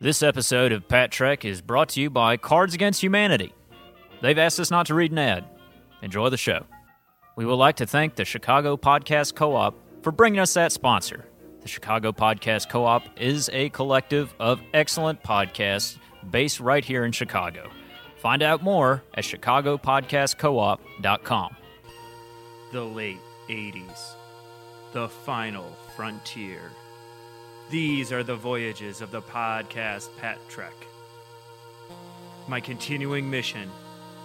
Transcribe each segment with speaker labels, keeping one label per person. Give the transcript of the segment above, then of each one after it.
Speaker 1: This episode of Pat Trek is brought to you by Cards Against Humanity. They've asked us not to read an ad. Enjoy the show. We would like to thank the Chicago Podcast Co op for bringing us that sponsor. The Chicago Podcast Co op is a collective of excellent podcasts based right here in Chicago. Find out more at chicagopodcastcoop.com.
Speaker 2: The late 80s. The final frontier. These are the voyages of the podcast Pat Trek. My continuing mission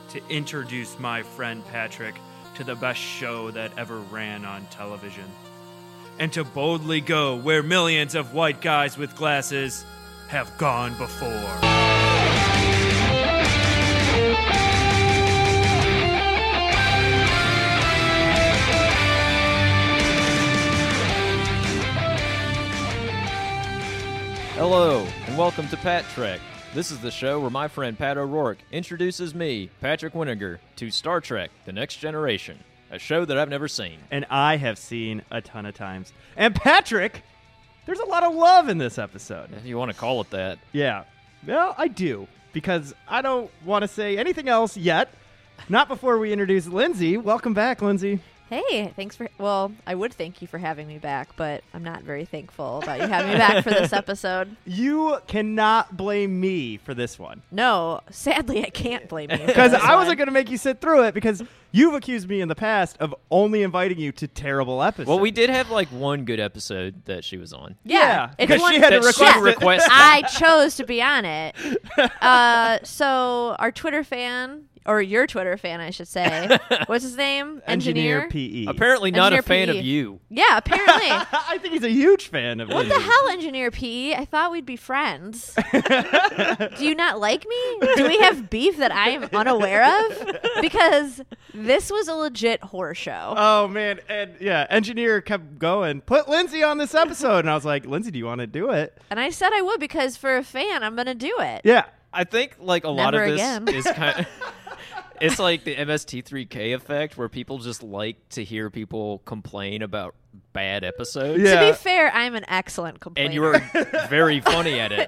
Speaker 2: to introduce my friend Patrick to the best show that ever ran on television. And to boldly go where millions of white guys with glasses have gone before.
Speaker 3: Hello, and welcome to Pat Trek. This is the show where my friend Pat O'Rourke introduces me, Patrick Winiger, to Star Trek The Next Generation, a show that I've never seen.
Speaker 2: and I have seen a ton of times. And Patrick, there's a lot of love in this episode.
Speaker 3: If you want to call it that.
Speaker 2: Yeah. Well, I do because I don't want to say anything else yet. Not before we introduce Lindsay. Welcome back, Lindsay.
Speaker 4: Hey, thanks for. Well, I would thank you for having me back, but I'm not very thankful about you having me back for this episode.
Speaker 2: You cannot blame me for this one
Speaker 4: No, sadly, I can't blame you.
Speaker 2: because I wasn't going to make you sit through it because you've accused me in the past of only inviting you to terrible episodes.
Speaker 3: Well, we did have like one good episode that she was on.
Speaker 2: Yeah,
Speaker 4: Yeah, it's
Speaker 2: 'cause
Speaker 4: one-
Speaker 2: she had to
Speaker 3: That she
Speaker 2: request it.
Speaker 3: requested.
Speaker 4: I chose to be on it. Uh, so our Twitter fan, or your Twitter fan, I should say, what's his name?
Speaker 2: engineer PE.
Speaker 3: Apparently not a
Speaker 4: Engineer
Speaker 3: fan of
Speaker 4: PE.
Speaker 3: you.
Speaker 4: Yeah, apparently.
Speaker 2: I think he's a huge fan of
Speaker 4: What
Speaker 2: Lindsay.
Speaker 4: the hell, Engineer PE? I thought we'd be friends. Do you not like me? Do we have beef that I am unaware of? Because this was a legit horror show.
Speaker 2: Oh man, and yeah, engineer kept going. Put Lindsay on this episode, and I was like, Lindsay, do you want to do it?
Speaker 4: And I said I would because for a fan, I'm going to do it.
Speaker 2: Yeah,
Speaker 3: I think like a lot of
Speaker 4: Never
Speaker 3: this
Speaker 4: again.
Speaker 3: is kind of. It's like the MST3K effect where people just like to hear people complain about bad episodes.
Speaker 2: Yeah.
Speaker 4: To be fair, I'm an excellent complainer.
Speaker 3: And you were very funny at it.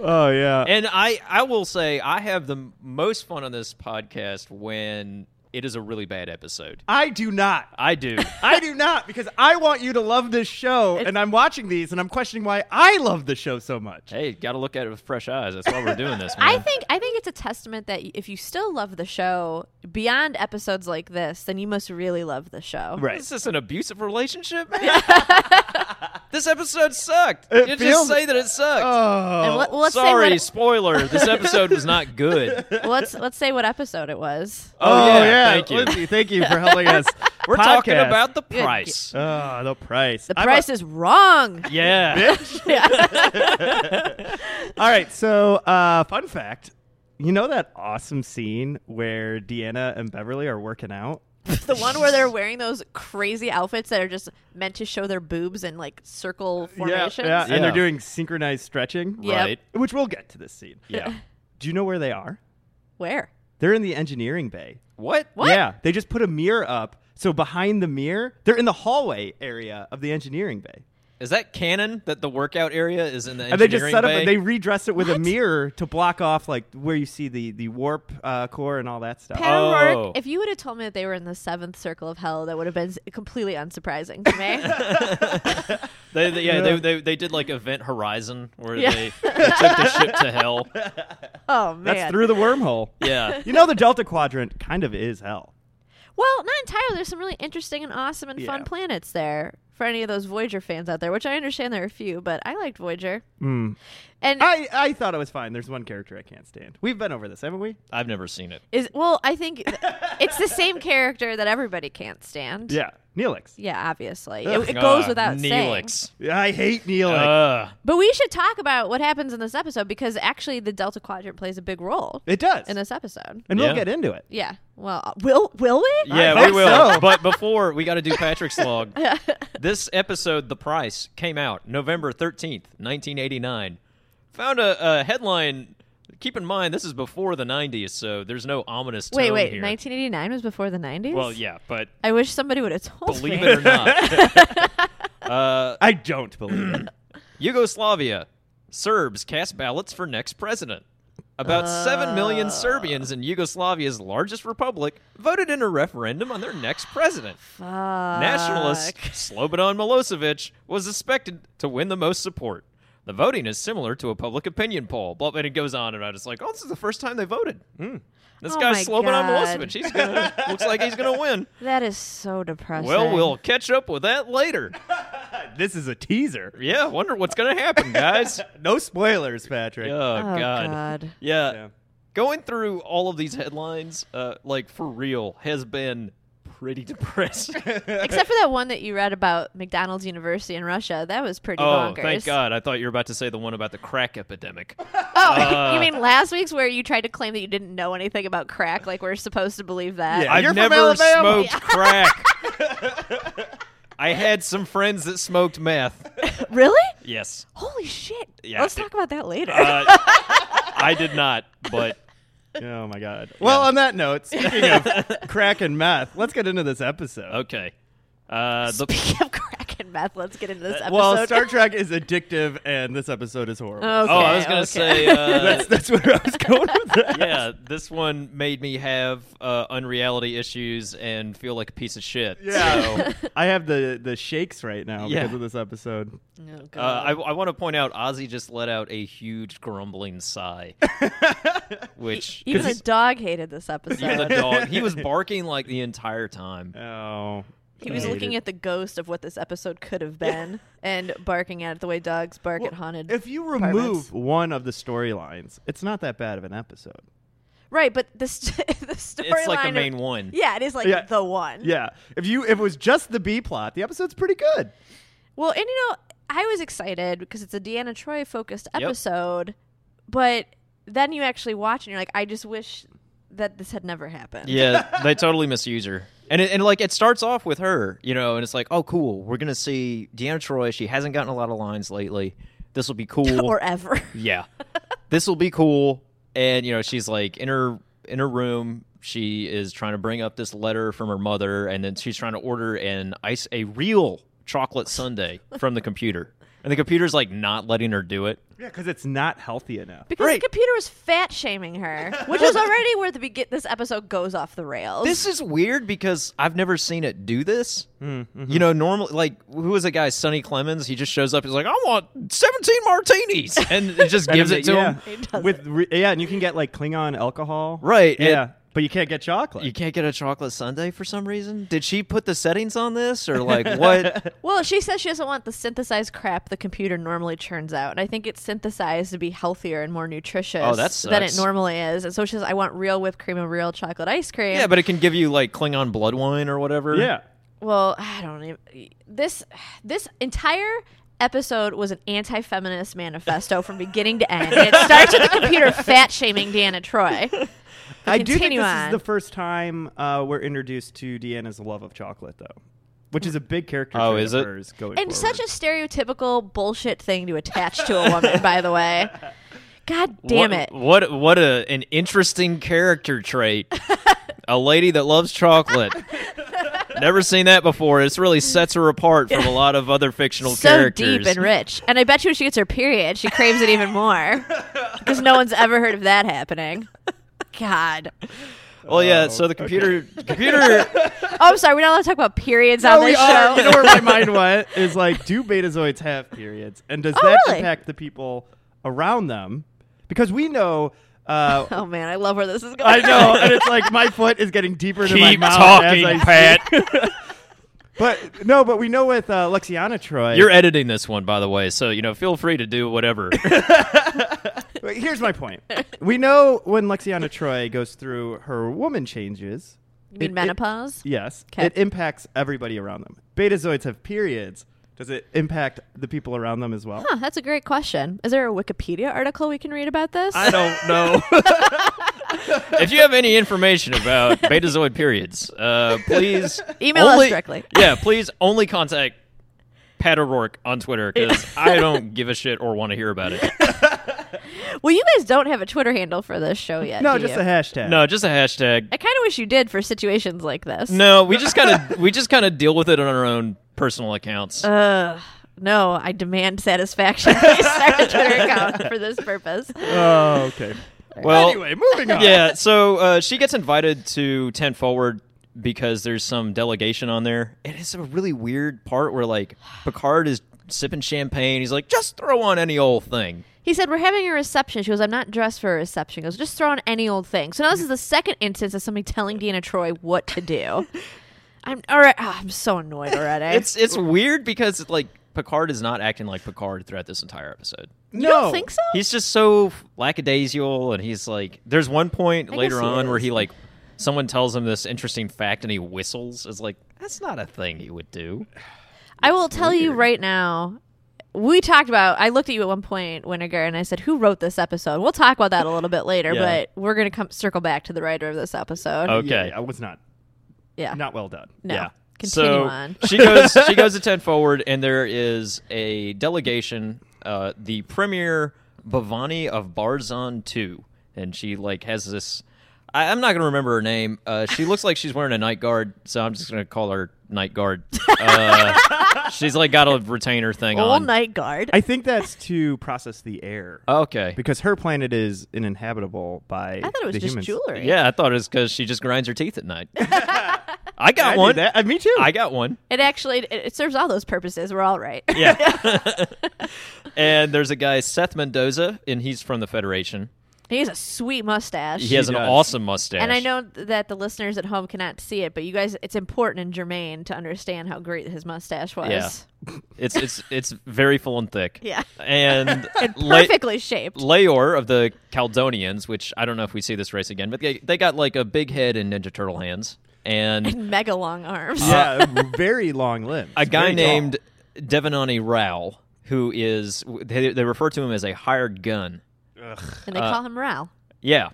Speaker 2: Oh yeah.
Speaker 3: and I, I will say I have the m- most fun on this podcast when it is a really bad episode.
Speaker 2: I do not.
Speaker 3: I do.
Speaker 2: I do not because I want you to love this show, and I'm watching these, and I'm questioning why I love the show so much.
Speaker 3: hey, got to look at it with fresh eyes. That's why we're doing this. Man.
Speaker 4: I think I think it's a testament that y- if you still love the show beyond episodes like this, then you must really love the show.
Speaker 2: Right.
Speaker 3: Is this an abusive relationship? man? this episode sucked.
Speaker 2: It
Speaker 3: you
Speaker 2: feels-
Speaker 3: just say that it sucked.
Speaker 4: And
Speaker 2: Oh,
Speaker 4: let, well, let's
Speaker 3: Sorry,
Speaker 4: say what,
Speaker 3: spoiler. This episode was not good. Oh,
Speaker 4: let's let's say what episode it was.
Speaker 2: Uh,
Speaker 3: yeah, thank you.
Speaker 2: Lindsay, oh, thank you for helping us.
Speaker 3: We're talking
Speaker 2: podcast.
Speaker 3: about the price.
Speaker 2: oh, the price.
Speaker 4: The
Speaker 2: I'm a-
Speaker 4: price is wrong.
Speaker 3: yeah.
Speaker 2: All right. So, uh, fun fact. You know that awesome scene where Deanna and Beverly are working out?
Speaker 4: The one where they're wearing those crazy outfits that are just meant to show their boobs in like circle formations.
Speaker 2: yeah, and
Speaker 3: Yeah.
Speaker 2: they're doing synchronized stretching,
Speaker 4: Yep.
Speaker 3: Right.
Speaker 2: which we'll get to this scene.
Speaker 3: Yeah.
Speaker 2: Do you know where they are?
Speaker 4: Where?
Speaker 2: They're in the engineering bay.
Speaker 3: What?
Speaker 4: What?
Speaker 2: Yeah, they just put a mirror up. So behind the mirror, they're in the hallway area of the engineering bay,
Speaker 3: Is that canon that the workout area is in the engineering
Speaker 2: and they just set up.
Speaker 3: bay?
Speaker 2: They redress it with a mirror to block off like where you see the the warp uh, core and all that stuff.
Speaker 4: Pat
Speaker 3: Oh.
Speaker 4: O'Rourke, if you would have told me that they were in the seventh circle of hell, that would have been s- completely unsurprising to me.
Speaker 3: They, they- yeah,
Speaker 2: Yeah.
Speaker 3: They, they they did like Event Horizon where
Speaker 4: Yeah.
Speaker 3: they, they took the ship to hell.
Speaker 4: oh man.
Speaker 2: That's through the wormhole.
Speaker 3: Yeah.
Speaker 2: you know the Delta Quadrant kind of is hell.
Speaker 4: well, not entirely. There's some really interesting and awesome and
Speaker 2: Yeah.
Speaker 4: fun planets there for any of those Voyager fans out there, which I understand there are a few, but I liked Voyager.
Speaker 2: Hmm.
Speaker 4: And
Speaker 2: I I thought it was fine. There's one character I can't stand. We've been over this, haven't we?
Speaker 3: I've never seen it.
Speaker 4: is well, I think th- it's the same character that everybody can't stand.
Speaker 2: Yeah, Neelix.
Speaker 4: Yeah, obviously. It, it
Speaker 3: Ugh,
Speaker 4: goes without saying.
Speaker 3: Ah, Neelix.
Speaker 2: I hate Neelix.
Speaker 3: Ugh.
Speaker 4: But we should talk about what happens in this episode because actually the Delta Quadrant plays a big role
Speaker 2: it does,
Speaker 4: in this episode.
Speaker 2: and we'll
Speaker 3: Yeah.
Speaker 2: get into it.
Speaker 4: Yeah. Well, uh, will will we?
Speaker 3: yeah,
Speaker 2: I
Speaker 3: we
Speaker 2: hope
Speaker 3: will.
Speaker 2: so.
Speaker 3: But before we got to do Patrick's log. this episode, The Price, came out November thirteenth, nineteen eighty nine. Found a, a headline. Keep in mind, this is before the nineties, so there's no ominous.
Speaker 4: wait,
Speaker 3: tone
Speaker 4: wait.
Speaker 3: here.
Speaker 4: 1989 was before the 90s.
Speaker 3: Well, yeah, but
Speaker 4: I wish somebody would have told
Speaker 3: believe
Speaker 4: me.
Speaker 3: it or not,
Speaker 4: Uh,
Speaker 2: I don't believe it.
Speaker 3: Yugoslavia Serbs cast ballots for next president. About 7
Speaker 4: Ah.
Speaker 3: million Serbians in Yugoslavia's largest republic voted in a referendum on their next president. Nationalist Slobodan Milosevic was expected to win the most support. The voting is similar to a public opinion poll, but and it goes on and on. It's like, oh, this is the first time they voted. Hmm. This
Speaker 4: Oh
Speaker 3: guy's
Speaker 4: my
Speaker 3: Slobodan
Speaker 4: God.
Speaker 3: Milosevic. He's gonna, looks like he's going to win.
Speaker 4: That is so depressing.
Speaker 3: Well, we'll catch up with that later.
Speaker 2: This is a teaser.
Speaker 3: Yeah, wonder what's going to happen, guys.
Speaker 2: No spoilers,
Speaker 3: oh,
Speaker 2: Patrick.
Speaker 3: God.
Speaker 4: God.
Speaker 3: Yeah.
Speaker 2: Yeah.
Speaker 3: Going through all of these headlines, uh, like for real, has been pretty depressing.
Speaker 4: Except for that one that you read about McDonald's University in Russia. That was pretty
Speaker 3: oh,
Speaker 4: bonkers.
Speaker 3: thank God. I thought you were about to say the one about the crack epidemic.
Speaker 4: Oh,
Speaker 3: Uh,
Speaker 4: you mean last week's where you tried to claim that you didn't know anything about crack? Like we're supposed to believe that?
Speaker 2: Yeah. You're
Speaker 3: I've
Speaker 2: from
Speaker 3: never
Speaker 2: Alabama.
Speaker 3: smoked crack. I had some friends that smoked meth.
Speaker 4: Really?
Speaker 3: Yes.
Speaker 4: Holy shit!
Speaker 3: Yeah.
Speaker 4: Let's talk about that later.
Speaker 3: Uh, I did not, but
Speaker 2: Oh my god. Well, on that note, speaking of crack and meth, let's get into this episode.
Speaker 3: okay. Uh, the,
Speaker 4: Speaking of crack and meth, let's get into this
Speaker 3: Uh,
Speaker 4: episode.
Speaker 2: Well, Star Trek is addictive, and this episode is horrible.
Speaker 4: Okay,
Speaker 3: oh, I was gonna
Speaker 4: okay.
Speaker 3: say uh,
Speaker 2: That's that's where I was going with that.
Speaker 3: yeah, this one made me have uh, unreality issues and feel like a piece of shit.
Speaker 2: Yeah, I have the the shakes right now
Speaker 3: Yeah.
Speaker 2: because of this episode.
Speaker 4: Oh,
Speaker 3: Uh,
Speaker 4: God.
Speaker 3: I, I want to point out Ozzy just let out a huge grumbling sigh, which
Speaker 4: Even the
Speaker 3: because
Speaker 4: dog hated this episode.
Speaker 3: even the dog he was barking like the entire time.
Speaker 2: Oh,
Speaker 4: He was
Speaker 2: I hate
Speaker 4: looking
Speaker 2: it.
Speaker 4: at the ghost of what this episode could have been and barking at it the way dogs bark at
Speaker 2: Well,
Speaker 4: haunted.
Speaker 2: If you remove
Speaker 4: apartments.
Speaker 2: one of the storylines, it's not that bad of an episode.
Speaker 4: right, but the st- the storyline.
Speaker 3: It's like the
Speaker 4: of-
Speaker 3: main one.
Speaker 4: Yeah, it is like
Speaker 2: Yeah.
Speaker 4: the one.
Speaker 2: Yeah, if you if it was just the B plot, the episode's pretty good.
Speaker 4: Well, and you know, I was excited because it's a Deanna Troy focused
Speaker 3: Yep.
Speaker 4: episode, but then you actually watch and you're like, I just wish that this had never happened.
Speaker 3: Yeah, they totally misuse her. And it, and like it starts off with her, you know, and it's like, oh, cool, we're gonna see Deanna Troy. She hasn't gotten a lot of lines lately. This will be cool.
Speaker 4: Or ever.
Speaker 3: yeah this will be cool and you know she's like in her in her room she is trying to bring up this letter from her mother and then she's trying to order an ice a real chocolate sundae from the computer and the computer's like not letting her do it
Speaker 2: Yeah, because it's not healthy enough.
Speaker 4: Because
Speaker 3: Right.
Speaker 4: the computer was fat shaming her, which is already where the begin- this episode goes off the rails.
Speaker 3: this is weird because i've never seen it do this you know normally like who is a guy sonny clemens he just shows up he's like i want 17 martinis and it just gives it to
Speaker 2: yeah.
Speaker 3: him
Speaker 4: It doesn't.
Speaker 2: with re- yeah, and you can get like Klingon alcohol,
Speaker 3: Right,
Speaker 2: Yeah,
Speaker 3: and-
Speaker 2: but you can't get chocolate.
Speaker 3: you can't get a chocolate sundae for some reason did she put the settings on this or like what
Speaker 4: well, she says she doesn't want the synthesized crap the computer normally churns out. And I think it's synthesized to be healthier and more nutritious
Speaker 3: Oh, that
Speaker 4: than it
Speaker 3: sucks.
Speaker 4: normally is. And so she says, I want real whipped cream and real chocolate ice cream.
Speaker 3: Yeah, but it can give you like Klingon blood wine or whatever.
Speaker 2: yeah,
Speaker 4: Well, I don't even this this entire episode was an anti-feminist manifesto from beginning to end. And it starts with the computer fat shaming Deanna Troy. But
Speaker 2: I do think
Speaker 4: continue
Speaker 2: this
Speaker 4: on.
Speaker 2: is the first time uh, we're introduced to Deanna's love of chocolate, though, which is a big character.
Speaker 3: Oh,
Speaker 2: trait
Speaker 3: is
Speaker 2: of
Speaker 3: it?
Speaker 2: hers Going
Speaker 4: and such a stereotypical bullshit thing to attach to a woman, by the way. God damn
Speaker 3: What-
Speaker 4: it.
Speaker 3: What what a an interesting character trait. a lady that loves chocolate. Never seen that before. It's really sets her apart from a lot of other fictional
Speaker 4: So
Speaker 3: characters.
Speaker 4: deep and rich. And I bet you when she gets her period, she craves it even more. Because no one's ever heard of that happening. God.
Speaker 3: well, yeah.
Speaker 2: Oh,
Speaker 3: so the computer, computer.
Speaker 4: Oh, I'm sorry. We're not allowed to talk about periods on
Speaker 2: we
Speaker 4: this
Speaker 2: are.
Speaker 4: show.
Speaker 2: You know where my mind went is like, do Betazoids have periods, and does
Speaker 4: Oh,
Speaker 2: that
Speaker 4: really?
Speaker 2: impact the people around them? Because we know. Uh,
Speaker 4: oh, man. I love where this is going.
Speaker 2: I know, and it's like my foot is getting deeper into my
Speaker 3: keep
Speaker 2: mouth
Speaker 3: talking,
Speaker 2: as I
Speaker 3: Pat.
Speaker 2: But no, but we know with uh, Lexiana Troy.
Speaker 3: You're editing this one, by the way. So you know, feel free to do whatever.
Speaker 2: Wait, Here's my point. we know when Lexiana Troy goes through her woman changes.
Speaker 4: You mean
Speaker 2: it- it-
Speaker 4: menopause?
Speaker 2: yes,
Speaker 4: 'Kay.
Speaker 2: it impacts everybody around them. Betazoids have periods. Does it impact the people around them as well?
Speaker 4: Huh, that's a great question. Is there a Wikipedia article we can read about this?
Speaker 2: I don't know.
Speaker 3: if you have any information about Betazoid periods, uh, please
Speaker 4: Email us
Speaker 3: only-
Speaker 4: directly.
Speaker 3: Yeah, please only contact Pat O'Rourke on Twitter because I don't give a shit or want to hear about it.
Speaker 4: well, you guys don't have a Twitter handle for this show yet.
Speaker 2: no,
Speaker 4: do
Speaker 2: just
Speaker 4: you?
Speaker 2: a hashtag.
Speaker 3: No, just a hashtag.
Speaker 4: I kind of wish you did for situations like this. Uh,
Speaker 3: No, we just kind of we just kind of deal with it on our own personal accounts.
Speaker 4: Ugh. no, I demand satisfaction. Please start a Twitter account for this purpose.
Speaker 5: Oh, okay.
Speaker 3: Well,
Speaker 5: anyway, moving on.
Speaker 3: yeah. So uh, she gets invited to Ten Forward because there's some delegation on there, and it's a really weird part where like Picard is sipping champagne. He's like, just throw on any old thing.
Speaker 4: He said, We're having a reception. She goes, I'm not dressed for a reception. He goes, Just throw on any old thing. So now this is the second instance of somebody telling Deanna Troy what to do. I'm all right. ah, I'm so annoyed already.
Speaker 3: It's it's weird because like Picard is not acting like Picard throughout this entire episode.
Speaker 5: No.
Speaker 4: you don't think so?
Speaker 3: He's just so lackadaisical, and he's like, there's one point
Speaker 4: I
Speaker 3: later
Speaker 4: guess he
Speaker 3: on where
Speaker 4: is.
Speaker 3: he like, someone tells him this interesting fact, and he whistles. It's like that's not a thing he would do.
Speaker 4: I will tell you right now. We talked about. I looked at you at one point, Winnegar, and I said, "Who wrote this episode?" We'll talk about that a little bit later,
Speaker 3: Yeah.
Speaker 4: but we're gonna come circle back to the writer of this episode.
Speaker 3: Okay.
Speaker 5: Yeah, I was not.
Speaker 4: yeah,
Speaker 5: Not well done.
Speaker 4: no.
Speaker 3: Yeah.
Speaker 4: Continue
Speaker 3: so
Speaker 4: on.
Speaker 3: she goes. She goes to ten forward, and there is a delegation. Uh, the premier Bhavani of Barzan two, and she like has this. I, I'm not gonna remember her name. Uh, she looks like she's wearing a night guard, so I'm just gonna call her night guard. Uh, she's like got a retainer thing
Speaker 4: All
Speaker 3: on.
Speaker 4: night guard.
Speaker 5: I think that's to process the air.
Speaker 3: okay.
Speaker 5: because her planet is uninhabitable by
Speaker 4: I thought it was
Speaker 5: the
Speaker 4: just
Speaker 5: humans.
Speaker 4: jewelry.
Speaker 3: Yeah, I thought it was because she just grinds her teeth at night. I got
Speaker 5: I do
Speaker 3: one.
Speaker 5: that. Uh, me too.
Speaker 3: I got one.
Speaker 4: It actually it, it serves all those purposes. We're all right.
Speaker 3: And there's a guy, Seth Mendoza, and he's from the Federation.
Speaker 4: he has a sweet mustache.
Speaker 3: He has an
Speaker 5: does.
Speaker 3: awesome mustache.
Speaker 4: And I know th- that the listeners at home cannot see it, but you guys, it's important and germane to understand how great his mustache was.
Speaker 3: Yeah. It's it's it's very full and thick.
Speaker 4: Yeah.
Speaker 3: And, La-
Speaker 4: Perfectly shaped.
Speaker 3: Laor of the Caledonians, which I don't know if we see this race again, but they they got like a big head and Ninja Turtle hands, and
Speaker 4: Mega long arms.
Speaker 5: yeah, very long limbs.
Speaker 3: a guy
Speaker 5: Very tall.
Speaker 3: named Devonani Rao, who is they, they refer to him as a hired gun. uh,
Speaker 4: and they call him Ral.
Speaker 3: Yeah.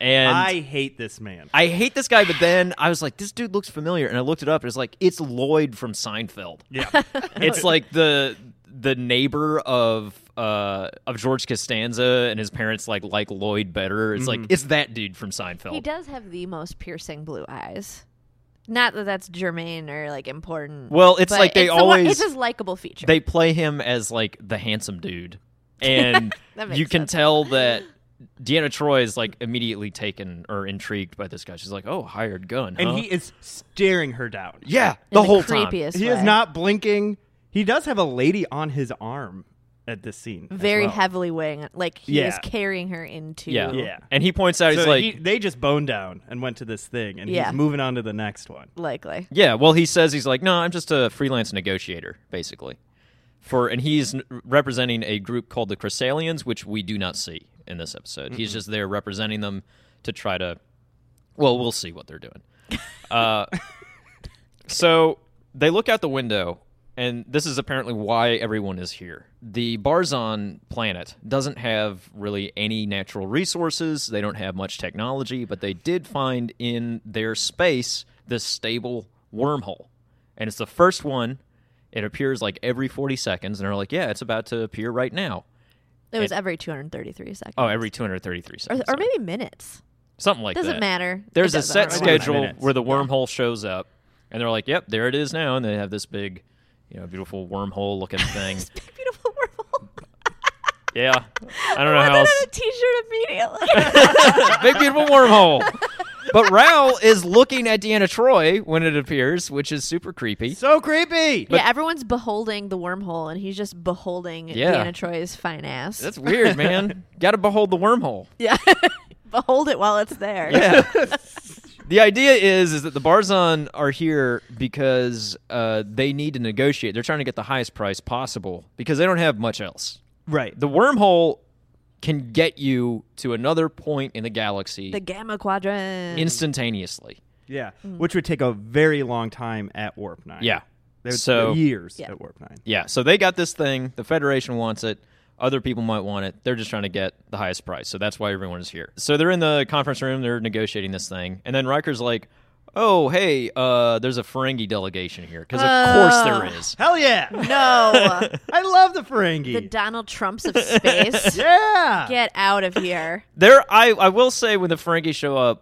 Speaker 3: And
Speaker 5: I hate this man.
Speaker 3: I hate this guy, but then I was like, this dude looks familiar, and I looked it up. And it's like it's Lloyd from Seinfeld.
Speaker 5: yeah,
Speaker 3: it's like the the neighbor of uh of George Costanza, and his parents like like Lloyd better. It's
Speaker 5: Mm-hmm.
Speaker 3: like it's that dude from Seinfeld.
Speaker 4: He does have the most piercing blue eyes. Not that that's germane or like important.
Speaker 3: Well, it's
Speaker 4: but
Speaker 3: like they
Speaker 4: the one-
Speaker 3: always
Speaker 4: it's his likable feature.
Speaker 3: they play him as like the handsome dude, and
Speaker 4: That makes
Speaker 3: you can
Speaker 4: sense.
Speaker 3: tell that. Deanna Troy is like immediately taken or intrigued by this guy. She's like, "Oh, hired gun."
Speaker 5: and
Speaker 3: huh?"
Speaker 5: he is staring her down.
Speaker 3: yeah,
Speaker 4: In
Speaker 3: the whole time.
Speaker 4: creepiest
Speaker 5: he
Speaker 4: way.
Speaker 5: is not blinking. He does have a lady on his arm at this scene. as
Speaker 4: very
Speaker 5: well.
Speaker 4: heavily weighing. Like he is
Speaker 5: Yeah.
Speaker 4: carrying her into.
Speaker 3: Yeah.
Speaker 5: Yeah.
Speaker 3: And he points out,
Speaker 5: So
Speaker 3: he's like,
Speaker 5: he- they just bone down and went to this thing, and
Speaker 4: Yeah.
Speaker 5: he's moving on to the next one.
Speaker 4: Likely.
Speaker 3: yeah, well, he says, he's like, no, I'm just a freelance negotiator, basically. For And he's n- representing a group called the Chrysalians, which we do not see in this episode. He's just there representing them to try to, well, we'll see what they're doing. Uh, so they look out the window, and this is apparently why everyone is here. The Barzon planet doesn't have really any natural resources, they don't have much technology, but they did find in their space this stable wormhole. And it's the first one. It appears like every 40 seconds, and they're like, yeah, it's about to appear right now.
Speaker 4: It was every 233 seconds.
Speaker 3: Oh, every 233
Speaker 4: or,
Speaker 3: seconds.
Speaker 4: or
Speaker 3: sorry.
Speaker 4: maybe minutes.
Speaker 3: something like
Speaker 4: Doesn't
Speaker 3: that.
Speaker 4: matter.
Speaker 3: There's a
Speaker 4: It doesn't
Speaker 3: set
Speaker 4: matter.
Speaker 5: Right.
Speaker 3: schedule
Speaker 5: Minutes.
Speaker 3: where the wormhole shows up, and they're like, "Yep, there it is now," and they have this big, you know, beautiful wormhole-looking thing.
Speaker 4: Big beautiful world.
Speaker 3: yeah, I don't know
Speaker 4: I
Speaker 3: how
Speaker 4: want
Speaker 3: else.
Speaker 4: that on a T-shirt immediately.
Speaker 3: big beautiful wormhole. But Ral is looking at Deanna Troy when it appears, which is super creepy.
Speaker 5: So creepy.
Speaker 4: yeah, everyone's beholding the wormhole, and he's just beholding
Speaker 3: Yeah.
Speaker 4: Deanna Troy's fine ass.
Speaker 3: That's weird, man. Got to behold the wormhole.
Speaker 4: yeah, behold it while it's there.
Speaker 3: Yeah. the idea is is that the Barzon are here because uh, they need to negotiate. They're trying to get the highest price possible because they don't have much else.
Speaker 5: Right.
Speaker 3: The wormhole can get you to another point in the galaxy
Speaker 4: The gamma quadrant.
Speaker 3: instantaneously.
Speaker 5: yeah,
Speaker 4: Mm.
Speaker 5: which would take a very long time at warp nine.
Speaker 3: Yeah.
Speaker 5: There-
Speaker 3: So-
Speaker 5: years
Speaker 4: Yeah.
Speaker 5: at warp nine.
Speaker 3: Yeah, so they got this thing. The Federation wants it. Other people might want it. They're just trying to get the highest price. So that's why everyone is here. So they're in the conference room. They're negotiating this thing. And then Riker's like, oh, hey, uh, there's a Ferengi delegation here. Because of course there is.
Speaker 5: Hell yeah!
Speaker 4: no,
Speaker 5: I love the Ferengi.
Speaker 4: the Donald Trumps of space.
Speaker 5: yeah.
Speaker 4: Get out of here.
Speaker 3: There, I, I will say when the Ferengi show up,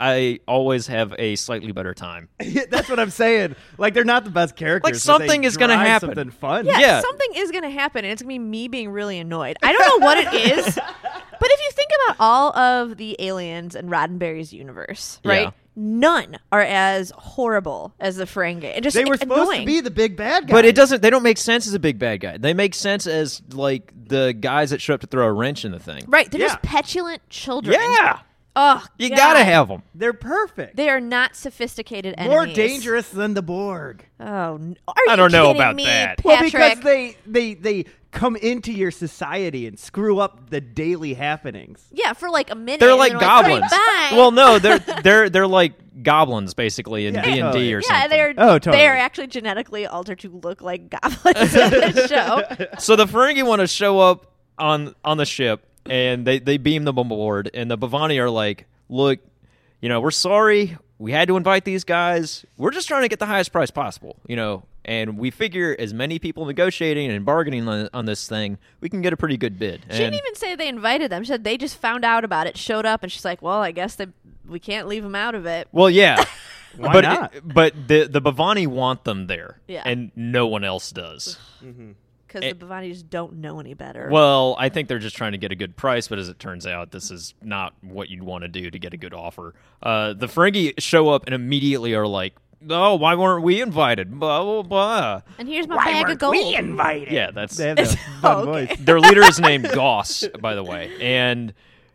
Speaker 3: I always have a slightly better time.
Speaker 2: That's what I'm saying. Like they're not the best characters.
Speaker 3: Like,
Speaker 2: but they
Speaker 3: something is gonna
Speaker 2: drive
Speaker 3: happen.
Speaker 2: Something fun.
Speaker 4: Yeah,
Speaker 3: Yeah.
Speaker 4: something is going to happen, and it's going to be me being really annoyed. I don't know what it is, but if you think about all of the aliens in Roddenberry's universe, right?
Speaker 3: Yeah.
Speaker 4: None are as horrible as the Ferengi. And just
Speaker 2: They were supposed
Speaker 4: annoying.
Speaker 2: to be the big bad guys.
Speaker 3: But it doesn't. They don't make sense as a big bad guy. They make sense as like the guys that show up to throw a wrench in the thing.
Speaker 4: right. They're
Speaker 2: Yeah.
Speaker 4: just petulant children.
Speaker 3: Yeah,
Speaker 4: Oh,
Speaker 3: you gotta
Speaker 4: God.
Speaker 3: have them.
Speaker 2: They're perfect.
Speaker 4: They are not sophisticated enemies.
Speaker 2: More dangerous than the Borg.
Speaker 4: Oh, n- are
Speaker 3: I
Speaker 4: you
Speaker 3: don't know
Speaker 4: kidding
Speaker 3: about
Speaker 4: me,
Speaker 3: that.
Speaker 2: Well,
Speaker 4: Patrick?
Speaker 2: because they they they come into your society and screw up the daily happenings.
Speaker 4: yeah, for like a minute.
Speaker 3: They're
Speaker 4: and
Speaker 3: like
Speaker 4: then
Speaker 3: goblins.
Speaker 4: Like, "Bye."
Speaker 3: well, no, they're they're they're like goblins basically in
Speaker 2: Yeah.
Speaker 3: D and D
Speaker 2: Totally.
Speaker 3: or
Speaker 4: yeah,
Speaker 3: something.
Speaker 4: they're
Speaker 2: Oh, totally.
Speaker 4: they are actually genetically altered to look like goblins in the show.
Speaker 3: So the Ferengi want to show up on on the ship, and they they beam them aboard, and the Bavani are like, "Look, you know, we're sorry. We had to invite these guys. We're just trying to get the highest price possible, you know." And we figure as many people negotiating and bargaining on, on this thing, we can get a pretty good bid.
Speaker 4: She
Speaker 3: And-
Speaker 4: didn't even say they invited them. She said they just found out about it, showed up, and she's like, "Well, I guess that we can't leave them out of it."
Speaker 3: well, yeah.
Speaker 2: Why
Speaker 3: but
Speaker 2: not?
Speaker 3: but the the Bavani want them there,
Speaker 4: Yeah.
Speaker 3: and no one else does.
Speaker 4: Because
Speaker 3: It-
Speaker 4: the Bavani just don't know any better.
Speaker 3: Well, I think they're just trying to get a good price, but as it turns out, this is not what you'd want to do to get a good offer. Uh, the Ferengi show up and immediately are like, "Oh, why weren't we invited?" Blah blah blah.
Speaker 4: and here's my bag of gold.
Speaker 2: invited.
Speaker 3: Yeah, that's
Speaker 2: They have that fun
Speaker 4: okay.
Speaker 2: voice.
Speaker 3: their leader is named Goss, by the way, and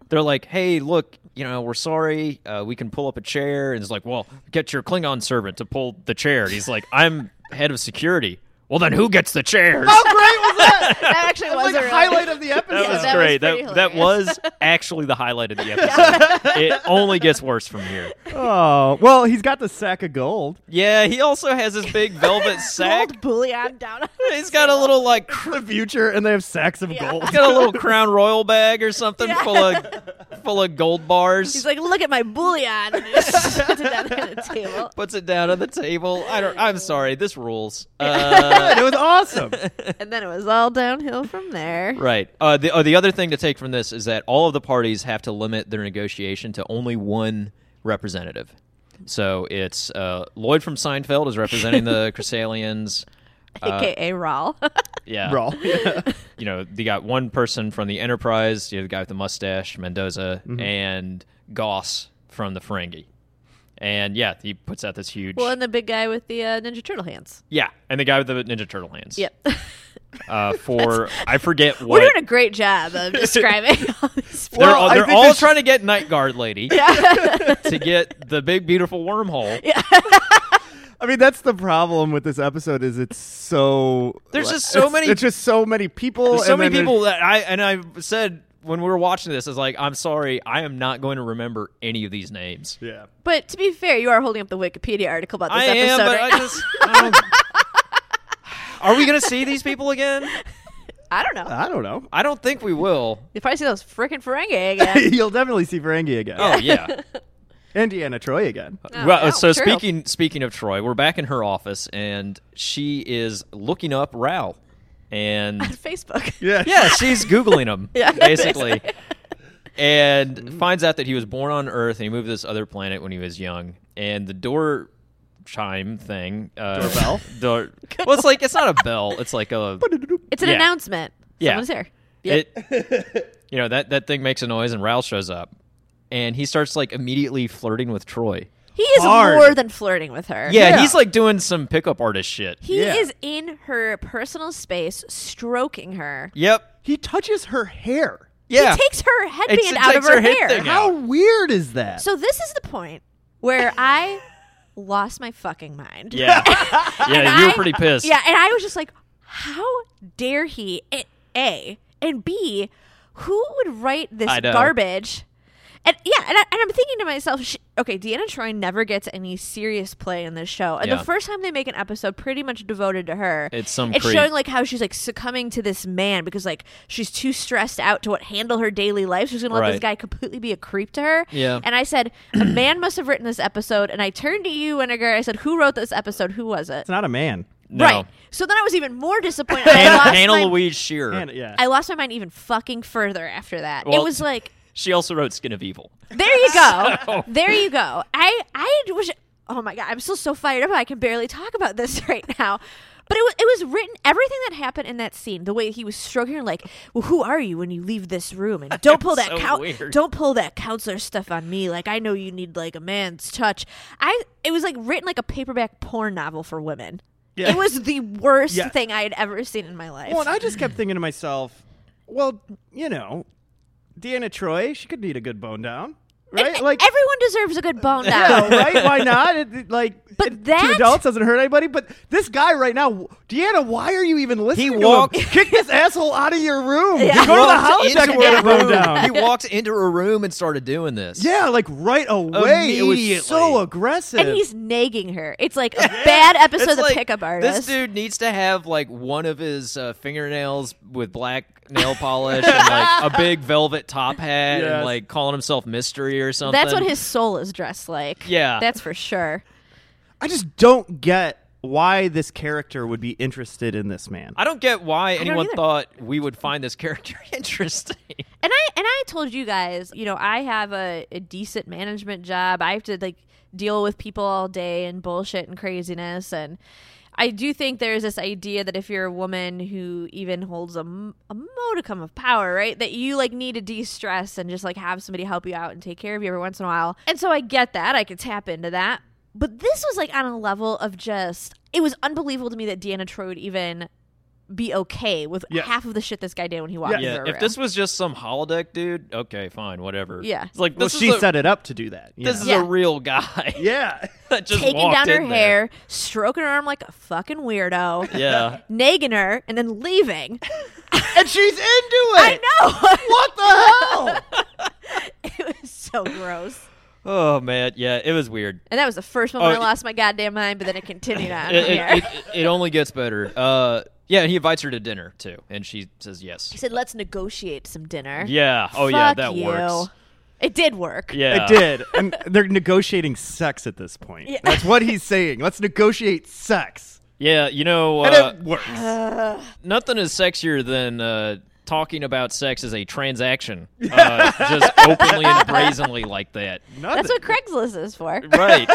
Speaker 3: they're like, "Hey, look, you know, we're sorry. Uh, we can pull up a chair." And it's like, "Well, get your Klingon servant to pull the chair." And he's like, "I'm head of security." Well, then who gets the chairs?
Speaker 2: How great was that?
Speaker 4: that actually was
Speaker 2: Like
Speaker 4: a really-
Speaker 2: highlight of the episode.
Speaker 3: that
Speaker 4: Yeah,
Speaker 3: was
Speaker 4: that was
Speaker 3: great.
Speaker 4: pretty
Speaker 3: that that
Speaker 4: hilarious.
Speaker 3: was actually the highlight of the episode. it only gets worse from here.
Speaker 2: Oh well, he's got the sack of gold.
Speaker 3: Yeah, he also has his big velvet sack.
Speaker 4: gold bullion down. on-
Speaker 3: He's got a little like cr-
Speaker 2: The future, and they have sacks of
Speaker 4: Yeah.
Speaker 2: gold.
Speaker 3: he's got a little crown royal bag or something
Speaker 4: Yeah.
Speaker 3: full of full of gold bars.
Speaker 4: He's like, "Look at my bullion." And he just puts it down on the table.
Speaker 3: puts it down on the table. I don't. I'm sorry. This rules. Uh,
Speaker 2: it was awesome.
Speaker 4: And then it was all downhill from there.
Speaker 3: right. Uh, the oh, the other thing to take from this is that all of the parties have to limit their negotiation to only one representative. So it's uh, Lloyd from Seinfeld is representing the Chrysalians.
Speaker 4: AKA Rawl.
Speaker 3: Yeah.
Speaker 2: Raw.
Speaker 3: You know, they got one person from the Enterprise, you know, the guy with the mustache, Mendoza,
Speaker 2: Mm-hmm.
Speaker 3: and Goss from the Ferengi. And yeah, he puts out this huge.
Speaker 4: well, and the big guy with the uh, Ninja Turtle hands.
Speaker 3: yeah, and the guy with the Ninja Turtle hands.
Speaker 4: Yep.
Speaker 3: Uh, for I forget what.
Speaker 4: We're doing a great job of describing all these people.
Speaker 3: they're
Speaker 2: Well,
Speaker 3: all,
Speaker 2: I
Speaker 3: they're
Speaker 2: think
Speaker 3: all
Speaker 2: this-
Speaker 3: trying to get Night Guard Lady to get the big beautiful wormhole.
Speaker 2: I mean, that's the problem with this episode is it's so
Speaker 3: There's just so
Speaker 2: it's-
Speaker 3: many-
Speaker 2: It's just so many people.
Speaker 3: There's so
Speaker 2: and
Speaker 3: many
Speaker 2: then
Speaker 3: people that I and I said when we were watching this, I was like, I'm sorry, I am not going to remember any of these names.
Speaker 2: there's- Yeah.
Speaker 4: But to be fair, you are holding up the Wikipedia article about this
Speaker 3: I am,
Speaker 4: episode.
Speaker 3: but
Speaker 4: right
Speaker 3: I
Speaker 4: now.
Speaker 3: just. I don't- are we gonna see these people again?
Speaker 4: I don't know.
Speaker 2: I don't know.
Speaker 3: I don't think we will.
Speaker 4: You probably see those freaking Ferengi again.
Speaker 2: You'll definitely see Ferengi again.
Speaker 3: Oh yeah.
Speaker 2: And Deanna Troy again.
Speaker 4: Oh,
Speaker 3: well,
Speaker 4: no,
Speaker 3: so
Speaker 4: true.
Speaker 3: speaking speaking of Troy, we're back in her office, and she is looking up Rao, and
Speaker 4: on Facebook.
Speaker 2: Yeah.
Speaker 3: yeah, she's googling him
Speaker 4: Yeah,
Speaker 3: basically, and finds out that he was born on Earth and he moved to this other planet when he was young, and the door chime thing uh,
Speaker 2: Doorbell?
Speaker 3: door, well it's like it's not a bell it's like a
Speaker 4: It's an
Speaker 3: Yeah.
Speaker 4: announcement.
Speaker 3: Yeah.
Speaker 4: Someone's here.
Speaker 3: It, you know that that thing makes a noise, and Raoul shows up, and he starts like immediately flirting with Troy.
Speaker 4: He is
Speaker 2: Hard.
Speaker 4: more than flirting with her.
Speaker 3: Yeah,
Speaker 2: Yeah.
Speaker 3: he's like doing some pickup artist shit.
Speaker 4: He
Speaker 2: Yeah.
Speaker 4: is in her personal space, stroking her.
Speaker 3: Yep.
Speaker 2: He touches her hair.
Speaker 3: Yeah.
Speaker 4: He takes her headband
Speaker 3: It's- it
Speaker 4: out of
Speaker 3: takes
Speaker 4: her,
Speaker 3: her head
Speaker 4: hair.
Speaker 3: thing out.
Speaker 2: How weird is that?
Speaker 4: So this is the point where I lost my fucking mind.
Speaker 3: yeah. yeah. You were
Speaker 4: I-
Speaker 3: pretty pissed.
Speaker 4: Yeah, and I was just like, how dare he? A- A and B, who would write this
Speaker 3: I know.
Speaker 4: garbage? And yeah, and, I, and I'm thinking to myself, sh okay, Deanna Troy never gets any serious play in this show, and
Speaker 3: Yeah.
Speaker 4: the first time they make an episode pretty much devoted to her,
Speaker 3: It's some
Speaker 4: it's
Speaker 3: creep.
Speaker 4: showing like how she's like succumbing to this man because like she's too stressed out to what handle her daily life. She's gonna let this
Speaker 3: Right.
Speaker 4: guy completely be a creep to her.
Speaker 3: Yeah.
Speaker 4: And I said, a man must have written this episode, and I turned to you, Winnegar. I said, who wrote this episode? Who was it?
Speaker 2: it's not a man.
Speaker 3: No.
Speaker 4: Right. So then I was even more disappointed. I lost,
Speaker 3: Hannah
Speaker 4: my,
Speaker 3: Louise Shearer.
Speaker 2: And, yeah.
Speaker 4: I lost my mind even fucking further after that.
Speaker 3: Well-
Speaker 4: it was like
Speaker 3: She also wrote Skin of Evil.
Speaker 4: There you go. There you go. I I wish. Oh my god, I'm still so fired up. I can barely talk about this right now. But it was it was written everything that happened in that scene. The way he was stroking her, like, "Well, who are you when you leave this room? And don't pull that
Speaker 3: So
Speaker 4: cow-
Speaker 3: weird.
Speaker 4: don't pull that counselor stuff on me. Like, I know you need like a man's touch. I it was like written like a paperback porn novel for women.
Speaker 2: Yeah.
Speaker 4: It was the worst
Speaker 2: Yeah.
Speaker 4: thing I had ever seen in my life.
Speaker 2: Well, and I just kept thinking to myself, well, you know, Deanna Troy, she could need a good bone down,
Speaker 4: And e-,
Speaker 2: right? like,
Speaker 4: everyone deserves a good bone down.
Speaker 2: yeah, right? Why not? It, it, like,
Speaker 4: But
Speaker 2: it-
Speaker 4: that-
Speaker 2: to adults doesn't hurt anybody. But this guy right now, w- Deanna, why are you even listening? to
Speaker 3: walked-
Speaker 2: him? Kick this asshole out of your room.
Speaker 4: Yeah. He
Speaker 2: Go to the
Speaker 3: Walked
Speaker 4: Oh,
Speaker 2: house
Speaker 3: into
Speaker 2: check and get
Speaker 3: a
Speaker 2: a bone
Speaker 3: room. He
Speaker 2: down.
Speaker 3: walked into a room and started doing this.
Speaker 2: Yeah, like right away. It was so
Speaker 3: Immediately.
Speaker 2: aggressive.
Speaker 4: And he's nagging her. It's like a bad episode
Speaker 3: It's
Speaker 4: of the
Speaker 3: like,
Speaker 4: pickup artist.
Speaker 3: This dude needs to have like one of his uh, fingernails with black nail polish and like a big velvet top hat and
Speaker 2: Yes.
Speaker 3: like calling himself mystery or something.
Speaker 4: That's what his soul is dressed like.
Speaker 3: Yeah.
Speaker 4: That's for sure.
Speaker 2: I just don't get why this character would be interested in this man.
Speaker 3: I don't get why
Speaker 4: don't
Speaker 3: anyone
Speaker 4: either.
Speaker 3: thought we would find this character interesting.
Speaker 4: And I and I told you guys, you know, I have a, a decent management job. I have to like deal with people all day and bullshit and craziness and I do think there's this idea that if you're a woman who even holds a, m- a modicum of power, right, that you like need to de stress and just like have somebody help you out and take care of you every once in a while. And so I get that. I could tap into that. But this was like on a level of just, it was unbelievable to me that Deanna Troy would even be okay with
Speaker 2: Yes.
Speaker 4: half of the shit this guy did when he walked
Speaker 2: Yes.
Speaker 4: into
Speaker 3: Yeah,
Speaker 4: her
Speaker 3: if
Speaker 4: room.
Speaker 3: this was just some holodeck dude, okay, fine, whatever.
Speaker 4: Yeah.
Speaker 3: it's like
Speaker 2: well,
Speaker 3: this
Speaker 2: she
Speaker 3: is a,
Speaker 2: set it up to do that. you
Speaker 3: this
Speaker 2: know?
Speaker 3: is
Speaker 4: Yeah.
Speaker 3: a real guy
Speaker 2: yeah.
Speaker 3: that just
Speaker 4: taking
Speaker 3: walked
Speaker 4: down her
Speaker 3: in there.
Speaker 4: hair, stroking her arm like a fucking weirdo,
Speaker 3: Yeah,
Speaker 4: nagging her, and then leaving.
Speaker 2: and she's into it.
Speaker 4: I know.
Speaker 2: What the hell?
Speaker 4: it was so gross.
Speaker 3: Oh man, yeah, it was weird.
Speaker 4: And that was the first moment
Speaker 3: Oh,
Speaker 4: I lost my goddamn mind, but then it continued on.
Speaker 3: It, it,
Speaker 4: from there.
Speaker 3: it, it only gets better. Uh, yeah, he invites her to dinner too, and she says
Speaker 4: he
Speaker 3: yes.
Speaker 4: said, "Let's negotiate some dinner."
Speaker 3: Yeah. Oh yeah,
Speaker 4: Fuck
Speaker 3: that
Speaker 4: you.
Speaker 3: works.
Speaker 4: It did work.
Speaker 3: Yeah,
Speaker 2: It did. And they're negotiating sex at this point.
Speaker 4: Yeah.
Speaker 2: That's what he's saying. Let's negotiate sex.
Speaker 3: Yeah, you know,
Speaker 2: And
Speaker 3: uh,
Speaker 2: it works.
Speaker 3: nothing is sexier than uh, talking about sex as a transaction, uh, just openly and brazenly like that.
Speaker 4: That's what Craigslist is for.
Speaker 3: Right.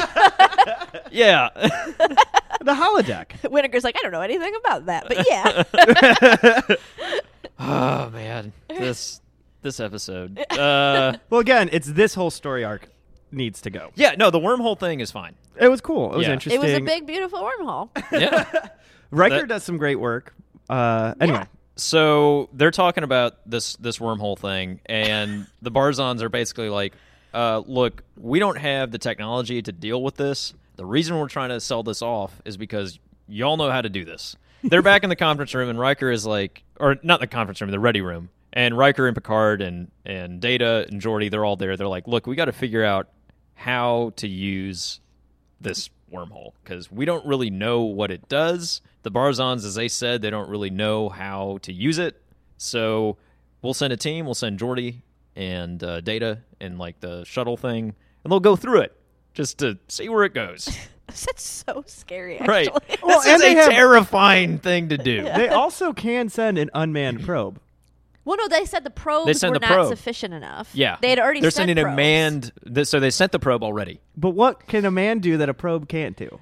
Speaker 3: yeah.
Speaker 2: the holodeck.
Speaker 4: Winnaker's like, I don't know anything about that, but yeah.
Speaker 3: Oh man, this this episode. Uh,
Speaker 2: Well, again, it's this whole story arc needs to go.
Speaker 3: yeah, no, the wormhole thing is fine.
Speaker 2: It was cool. It was
Speaker 3: Yeah.
Speaker 4: it
Speaker 2: interesting.
Speaker 4: was a big, beautiful wormhole.
Speaker 3: Yeah.
Speaker 2: Riker
Speaker 3: that-
Speaker 2: does some great work. Uh, anyway,
Speaker 3: so they're talking about this this wormhole thing, and the Barzons are basically like, uh, "Look, we don't have the technology to deal with this. The reason we're trying to sell this off is because y'all know how to do this." They're back in the conference room, and Riker is like, or not the conference room, the ready room, and Riker and Picard and and Data and Geordi, they're all there. They're like, "Look, we got to figure out how to use this wormhole because we don't really know what it does. The Barzons, as they said, they don't really know how to use it. So we'll send a team. We'll send Jordy and uh, Data and like the shuttle thing, and they'll go through it just to see where it goes.
Speaker 4: That's so scary.
Speaker 3: right?
Speaker 4: Actually.
Speaker 2: Well,
Speaker 3: this is
Speaker 2: and
Speaker 3: a
Speaker 2: they have-
Speaker 3: terrifying thing to do.
Speaker 2: they also can send an unmanned probe.
Speaker 4: Well, no, they said the probes
Speaker 3: They sent
Speaker 4: were
Speaker 3: the
Speaker 4: not
Speaker 3: probe.
Speaker 4: sufficient enough.
Speaker 3: Yeah,
Speaker 4: they had already.
Speaker 3: They're
Speaker 4: sent
Speaker 3: sending
Speaker 4: probes.
Speaker 3: a manned. th- so they sent the probe already.
Speaker 2: But what can a man do that a probe can't do?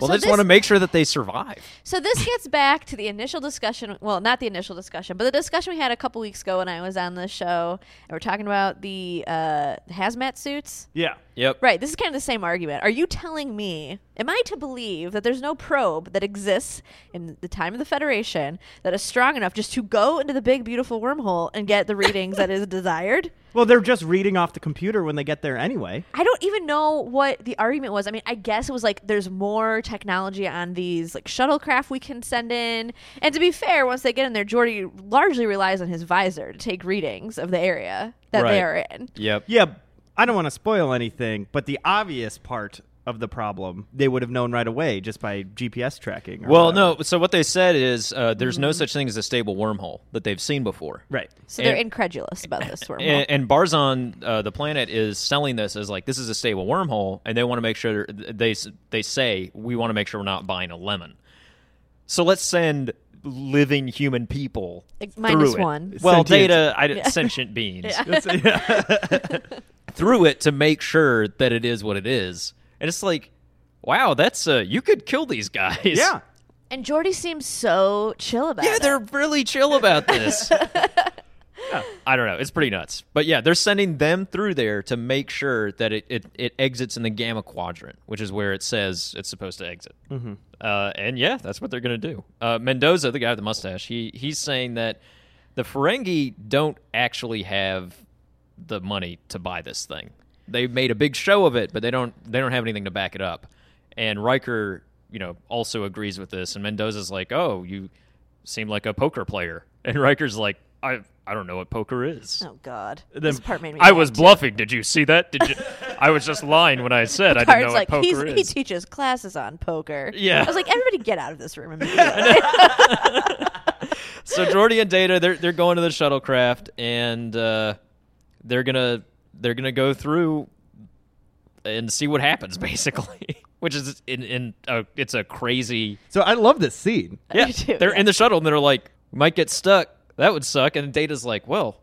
Speaker 3: Well,
Speaker 4: So
Speaker 3: they just want to
Speaker 4: this-
Speaker 3: make sure that they survive.
Speaker 4: So this gets back to the initial discussion. Well, not the initial discussion, but the discussion we had a couple weeks ago when I was on the show, and we're talking about the uh, hazmat suits.
Speaker 2: Yeah.
Speaker 3: Yep.
Speaker 4: Right. This is kind of the same argument. Are you telling me? Am I to believe that there's no probe that exists in the time of the Federation that is strong enough just to go into the big beautiful wormhole and get the readings that is desired?
Speaker 2: Well, they're just reading off the computer when they get there anyway.
Speaker 4: I don't even know what the argument was. I mean, I guess it was like there's more technology on these like shuttlecraft we can send in. And to be fair, once they get in there, Jordy largely relies on his visor to take readings of the area that
Speaker 3: Right.
Speaker 4: they are in.
Speaker 3: Yep.
Speaker 2: Yeah, I don't want to spoil anything, but the obvious part of the problem they would have known right away just by GPS tracking. or
Speaker 3: Well,
Speaker 2: whatever.
Speaker 3: no. So what they said is uh, there's
Speaker 4: Mm-hmm.
Speaker 3: no such thing as a stable wormhole that they've seen before.
Speaker 2: Right.
Speaker 4: So they're
Speaker 3: And-
Speaker 4: incredulous about this wormhole.
Speaker 3: And, and Barzon, uh, the planet, is selling this as like this is a stable wormhole, and they want to make sure they they say we want to make sure we're not buying a lemon. So let's send living human people.
Speaker 4: Like, minus
Speaker 3: through it.
Speaker 4: one.
Speaker 3: Well,
Speaker 2: Sentient.
Speaker 3: data, I, sentient beings. through it to make sure that it is what it is. And it's like, wow, that's uh, you could kill these guys.
Speaker 2: yeah.
Speaker 4: And Jordy seems so chill about
Speaker 3: Yeah,
Speaker 4: it.
Speaker 3: they're really chill about this. Yeah, I don't know. It's pretty nuts. But yeah, they're sending them through there to make sure that it, it, it exits in the gamma quadrant, which is where it says it's supposed to exit. Mm-hmm. Uh, and yeah, that's what they're going to do. Uh, Mendoza, the guy with the mustache, he, he's saying that the Ferengi don't actually have the money to buy this thing. They made a big show of it, but they don't they don't have anything to back it up. And Riker, you know, also agrees with this. And Mendoza's like, "Oh, you seem like a poker player," and Riker's like, "I I don't know what poker is."
Speaker 4: Oh God,
Speaker 3: Then
Speaker 4: this part made me.
Speaker 3: I was
Speaker 4: mad, too.
Speaker 3: bluffing. Did you see that? Did you? I was just lying when I said I didn't know
Speaker 4: Picard's
Speaker 3: what
Speaker 4: like,
Speaker 3: poker
Speaker 4: he's,
Speaker 3: is.
Speaker 4: he teaches classes on poker.
Speaker 3: Yeah.
Speaker 4: I was like, everybody get out of this room immediately.
Speaker 3: so Jordy and Data, they're they're going to the shuttlecraft, and uh, they're gonna they're gonna go through and see what happens, basically. Which is in in uh, it's a crazy
Speaker 2: So I love this scene.
Speaker 3: yeah.
Speaker 4: do too,
Speaker 3: they're
Speaker 4: yeah.
Speaker 3: in the shuttle and they're like, we might get stuck. That would suck. And Data's like, well,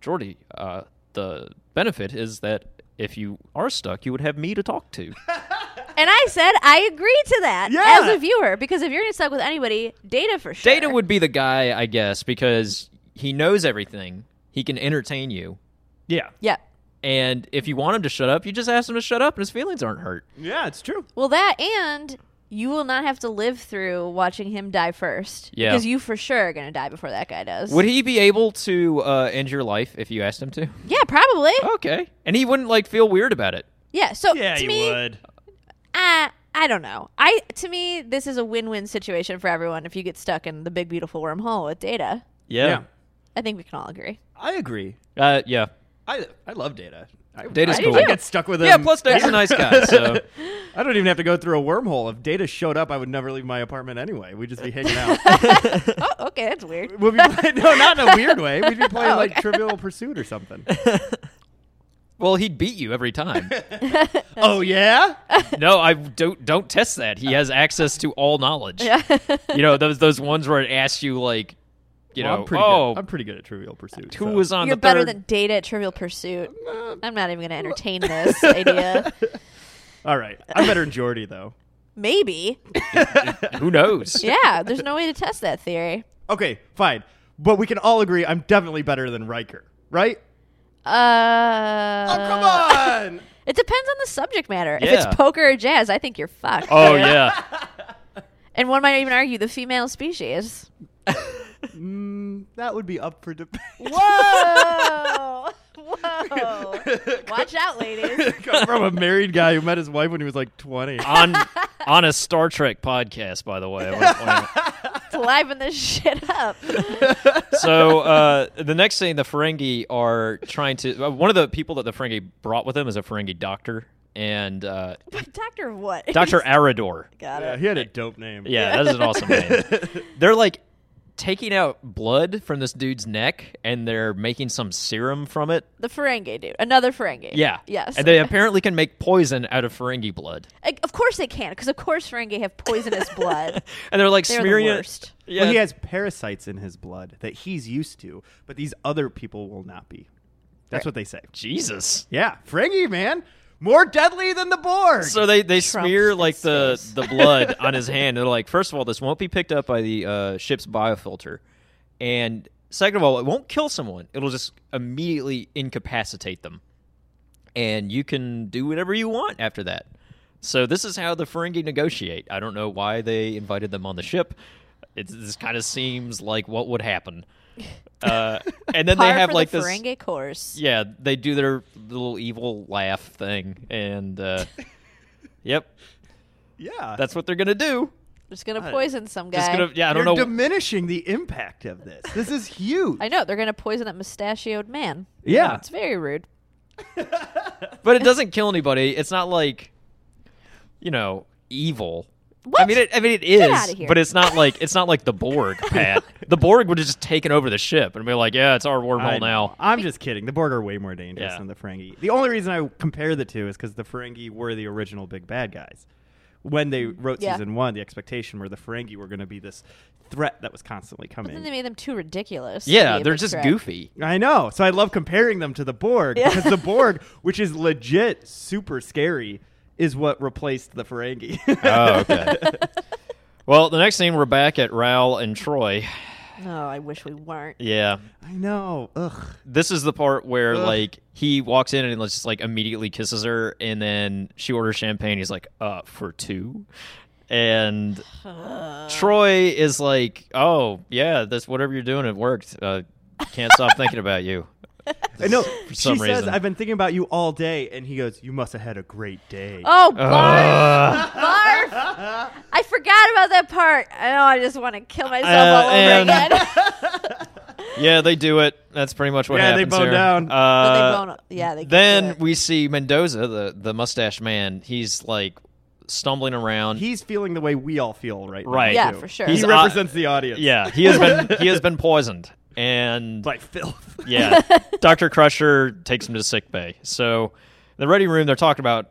Speaker 3: Jordy, uh, the benefit is that if you are stuck, you would have me to talk to.
Speaker 4: and I said, I agree to that
Speaker 2: Yeah.
Speaker 4: as a viewer because if you're gonna stuck with anybody, Data for sure.
Speaker 3: Data would be the guy, I guess, because he knows everything. He can entertain you.
Speaker 2: Yeah.
Speaker 4: Yeah.
Speaker 3: And if you want him to shut up, you just ask him to shut up and his feelings aren't hurt.
Speaker 2: Yeah, it's true.
Speaker 4: Well, that and you will not have to live through watching him die first.
Speaker 3: Yeah.
Speaker 4: Because you for sure are gonna die before that guy does.
Speaker 3: Would he be able to uh, end your life if you asked him to?
Speaker 4: Yeah, probably.
Speaker 3: Okay. And he wouldn't like feel weird about it.
Speaker 4: Yeah. So
Speaker 5: Yeah,
Speaker 4: to
Speaker 5: you
Speaker 4: me,
Speaker 5: would.
Speaker 4: Uh, I don't know. I to me, this is a win-win situation for everyone. If you get stuck in the big beautiful wormhole with Data,
Speaker 2: Yeah.
Speaker 4: I think we can all agree.
Speaker 2: I agree.
Speaker 3: Yeah. Uh, yeah.
Speaker 2: I I love data. I,
Speaker 3: Data's
Speaker 2: I,
Speaker 3: cool.
Speaker 2: I get stuck with him.
Speaker 3: Yeah, plus Data's a nice guy, so
Speaker 2: I don't even have to go through a wormhole. If data showed up, I would never leave my apartment anyway. We'd just be hanging out.
Speaker 4: Oh, okay, that's weird.
Speaker 2: we'll be playing, no, not in a weird way. We'd be playing
Speaker 4: Oh,
Speaker 2: like Trivial Pursuit or something.
Speaker 3: well he'd beat you every time.
Speaker 2: oh yeah.
Speaker 3: no, I don't don't test that. He has access to all knowledge. you know, those those ones where it asks you like you
Speaker 2: Well,
Speaker 3: know,
Speaker 2: I'm pretty
Speaker 3: oh,
Speaker 2: good. I'm pretty good at Trivial Pursuit.
Speaker 3: who
Speaker 2: so.
Speaker 3: was on
Speaker 4: You're
Speaker 3: the
Speaker 4: better
Speaker 3: third
Speaker 4: than Data at Trivial Pursuit. I'm not even going to entertain this idea.
Speaker 2: All right, I'm better than Jordy though.
Speaker 4: Maybe.
Speaker 3: Who knows?
Speaker 4: Yeah, there's no way to test that theory.
Speaker 2: Okay, fine, but we can all agree I'm definitely better than Riker, right?
Speaker 4: Uh,
Speaker 2: oh come on!
Speaker 4: It depends on the subject matter. If
Speaker 3: Yeah.
Speaker 4: it's poker or jazz, I think you're fucked.
Speaker 3: Oh yeah.
Speaker 4: And one might even argue the female species.
Speaker 2: Mm, that would be up for debate.
Speaker 4: Whoa! Whoa! Watch out, ladies.
Speaker 2: Come from a married guy who met his wife when he was like 20.
Speaker 3: on on a Star Trek podcast, by the way. I wanna point out.
Speaker 4: To liven this shit up.
Speaker 3: so uh, the next thing, the Ferengi are trying to. uh, One of the people that the Ferengi brought with them is a Ferengi doctor and uh,
Speaker 4: Doctor what?
Speaker 3: Doctor Arador.
Speaker 4: Got
Speaker 2: Yeah,
Speaker 4: it.
Speaker 2: he had a dope name.
Speaker 3: Yeah, that is an awesome name. They're like taking out blood from this dude's neck and they're making some serum from it.
Speaker 4: The Ferengi dude. Another Ferengi.
Speaker 3: Yeah.
Speaker 4: Yes.
Speaker 3: And they apparently can make poison out of Ferengi blood.
Speaker 4: Like, of course they can, because of course Ferengi have poisonous blood.
Speaker 3: And they're like
Speaker 4: They're the
Speaker 3: smearing
Speaker 4: worst.
Speaker 3: it. Yeah.
Speaker 2: Well, he has parasites in his blood that he's used to, but these other people will not be. That's what they say.
Speaker 3: Jesus.
Speaker 2: Yeah, Ferengi, man, more deadly than the Borg.
Speaker 3: So they, they
Speaker 4: Trump
Speaker 3: smear
Speaker 4: in
Speaker 3: like the, the blood on his hand. They're like, first of all, this won't be picked up by the uh, ship's biofilter, and second of all, it won't kill someone. It'll just immediately incapacitate them, and you can do whatever you want after that. So this is how the Ferengi negotiate. I don't know why they invited them on the ship. It, this kind of seems like what would happen. Uh, and then
Speaker 4: Par
Speaker 3: they have
Speaker 4: for
Speaker 3: like
Speaker 4: the
Speaker 3: this.
Speaker 4: Ferengi course.
Speaker 3: Yeah, they do their little evil laugh thing, and uh, yep,
Speaker 2: yeah,
Speaker 3: that's what they're gonna do.
Speaker 4: Just gonna poison some guy.
Speaker 3: Just gonna, yeah, I don't
Speaker 2: You're
Speaker 3: know.
Speaker 2: diminishing the impact of this. This is huge.
Speaker 4: I know they're gonna poison that mustachioed man.
Speaker 2: Yeah.
Speaker 4: it's very rude.
Speaker 3: but it doesn't kill anybody. It's not like, you know, evil. I
Speaker 4: What?
Speaker 3: mean, it, I mean, it
Speaker 4: outta
Speaker 3: is,
Speaker 4: here.
Speaker 3: but it's not like it's not like the Borg, Pat. the Borg would have just taken over the ship and be like, "Yeah, it's our
Speaker 2: I
Speaker 3: wormhole
Speaker 2: know.
Speaker 3: now."
Speaker 2: I'm just kidding. The Borg are way more dangerous
Speaker 3: Yeah.
Speaker 2: than the Ferengi. The only reason I compare the two is because the Ferengi were the original big bad guys. when they wrote
Speaker 4: Mm, Yeah.
Speaker 2: season one, the expectation were the Ferengi were going to be this threat that was constantly
Speaker 4: But then they
Speaker 2: coming.
Speaker 4: made them too ridiculous. to
Speaker 3: Yeah,
Speaker 4: be
Speaker 3: they're
Speaker 4: a
Speaker 3: just
Speaker 4: Big Trek.
Speaker 3: goofy.
Speaker 2: I know. So I love comparing them to the Borg because the Borg, which is legit super scary, is what replaced the Ferengi.
Speaker 3: Oh, okay. well, the next scene we're back at Raoul and Troy.
Speaker 4: No, I wish we weren't.
Speaker 3: Yeah.
Speaker 2: I know. Ugh.
Speaker 3: This is the part where
Speaker 2: Ugh.
Speaker 3: like he walks in and just like immediately kisses her and then she orders champagne. He's like, uh, for two? And
Speaker 2: Uh.
Speaker 4: Oh,
Speaker 3: Troy is like, Oh, yeah, that's whatever you're doing, it worked. Uh can't stop thinking about you.
Speaker 2: I know.
Speaker 3: For
Speaker 2: she
Speaker 3: some
Speaker 2: says,
Speaker 3: reason.
Speaker 2: "I've been thinking about you all day," and he goes, "You must have had a great day."
Speaker 4: Oh, barf,
Speaker 3: Ugh.
Speaker 4: barf! I forgot about that part. I know. I just want to kill myself
Speaker 3: Uh,
Speaker 4: all over
Speaker 3: and-
Speaker 4: again.
Speaker 3: yeah, they do it. That's pretty much what
Speaker 2: Yeah, they
Speaker 3: happens.
Speaker 2: bone
Speaker 3: here.
Speaker 2: down.
Speaker 4: But they
Speaker 3: Uh,
Speaker 4: don't- yeah, they can't do
Speaker 3: then
Speaker 4: it.
Speaker 3: we see Mendoza, the the mustache man. He's like stumbling around.
Speaker 2: He's feeling the way we all feel right. now,
Speaker 3: Mm. Right.
Speaker 4: Yeah,
Speaker 2: too.
Speaker 4: for sure.
Speaker 2: He
Speaker 3: He's- uh,
Speaker 2: represents the audience.
Speaker 3: yeah, he has been he has been poisoned, and
Speaker 2: By filth.
Speaker 3: yeah, Doctor Crusher takes him to sick bay. So the ready room, they're talking about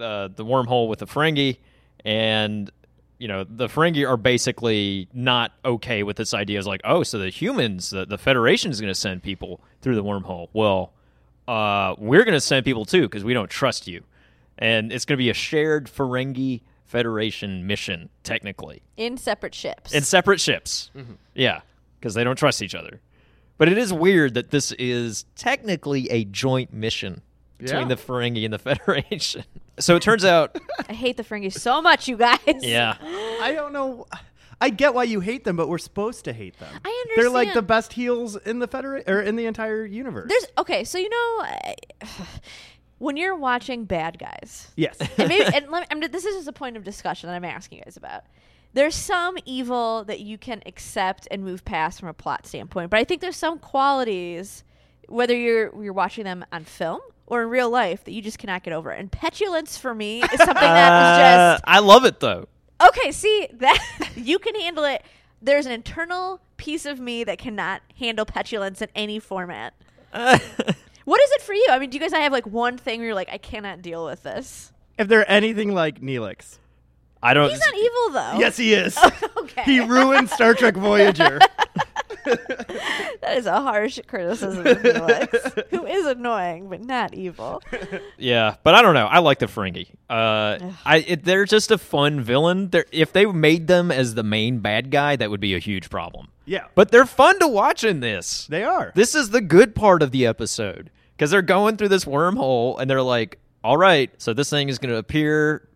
Speaker 3: uh, the wormhole with the Ferengi, and you know the Ferengi are basically not okay with this idea. It's like, oh, so the humans, the, the Federation is going to send people through the wormhole. Well, uh, we're going to send people too because we don't trust you, and it's going to be a shared Ferengi Federation mission technically
Speaker 4: in separate ships. Mm-hmm.
Speaker 3: in separate ships. Yeah, because they don't trust each other. But it is weird that this is technically a joint mission between
Speaker 2: Yeah.
Speaker 3: the Ferengi and the Federation. So it turns out,
Speaker 4: I hate the Ferengi so much, you guys.
Speaker 3: yeah,
Speaker 2: I don't know. I get why you hate them, but we're supposed to hate them.
Speaker 4: I
Speaker 2: They're like
Speaker 4: understand.
Speaker 2: the best heels in the federa- or in the entire universe.
Speaker 4: There's okay, so you know, I- when you're watching bad guys,
Speaker 2: yes.
Speaker 4: and maybe and let me, I'm, this is just a point of discussion that I'm asking you guys about. There's some evil that you can accept and move past from a plot standpoint, but I think there's some qualities, whether you're you're watching them on film or in real life, that you just cannot get over. And petulance for me is something that
Speaker 3: Uh,
Speaker 4: is just
Speaker 3: I love it though.
Speaker 4: okay. See that you can handle it. There's an internal piece of me that cannot handle petulance in any format. What is it for you? I mean, do you guys not have like one thing where you're like, I cannot deal with this?
Speaker 2: if they're anything like Neelix.
Speaker 3: I don't.
Speaker 4: He's not evil though.
Speaker 2: Yes, he is.
Speaker 4: Oh. Okay.
Speaker 2: He ruined Star Trek Voyager.
Speaker 4: that is a harsh criticism of Felix, who is annoying but not evil.
Speaker 3: Yeah, but I don't know. I like the Ferengi. Uh, I it, they're just a fun villain. They're, if they made them as the main bad guy, that would be a huge problem.
Speaker 2: Yeah.
Speaker 3: but they're fun to watch in this.
Speaker 2: they are.
Speaker 3: This is the good part of the episode because they're going through this wormhole and they're like, all right, so this thing is going to appear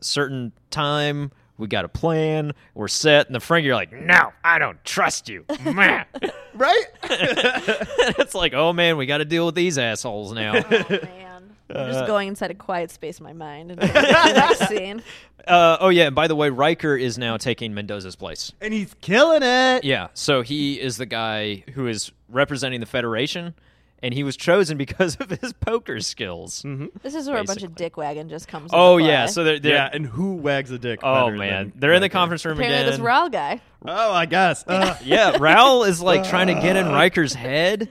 Speaker 3: certain time. We got a plan. We're set. And the Frank, you're like, no, I don't trust you. Meh.
Speaker 2: right?
Speaker 3: it's like, oh man, we got to deal with these assholes now.
Speaker 4: Oh man. I'm
Speaker 3: Uh,
Speaker 4: just going inside a quiet space in my mind and next scene.
Speaker 3: uh, oh yeah, and by the way, Riker is now taking Mendoza's place.
Speaker 2: and he's killing it.
Speaker 3: Yeah, so he is the guy who is representing the Federation, and he was chosen because of his poker skills.
Speaker 2: Mm-hmm.
Speaker 4: This is where a bunch of dick wagon just comes.
Speaker 3: Oh
Speaker 4: into play.
Speaker 3: yeah, so they're, they're
Speaker 2: Yeah, and who wags a dick?
Speaker 3: Oh
Speaker 2: better
Speaker 3: man,
Speaker 2: than
Speaker 3: they're in the
Speaker 2: Riker?
Speaker 3: conference room
Speaker 4: apparently
Speaker 3: again.
Speaker 4: this Raul guy.
Speaker 2: Oh, I guess. Ugh.
Speaker 3: yeah, Raoul is like trying to get in Riker's head,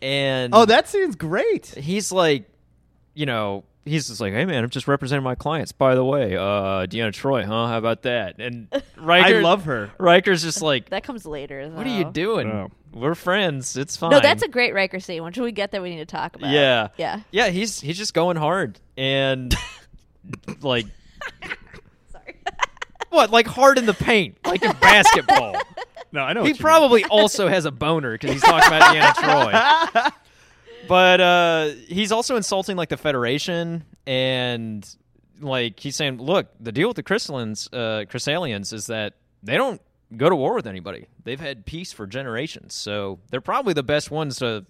Speaker 3: and
Speaker 2: oh, that scene's great.
Speaker 3: he's like, you know, he's just like, hey man, I'm just representing my clients. By the way, uh, Deanna Troy, huh? How about that? And Riker,
Speaker 2: I love her.
Speaker 3: Riker's just like,
Speaker 4: That comes later.
Speaker 3: what are you
Speaker 4: though.
Speaker 3: doing?
Speaker 2: Oh.
Speaker 3: We're friends. It's fine.
Speaker 4: No, that's a great Riker scene. Once we get there, we need to talk about.
Speaker 3: yeah,
Speaker 4: Yeah.
Speaker 3: yeah. He's he's just going hard and like
Speaker 4: Sorry.
Speaker 3: what, like hard in the paint, like in basketball.
Speaker 2: No, I know.
Speaker 3: he probably also has a boner because he's talking about Deanna Troy. But uh, he's also insulting like the Federation and like he's saying, look, the deal with the Crystallins, uh, Crystalians is that they don't go to war with anybody. They've had peace for generations, so they're probably the best ones to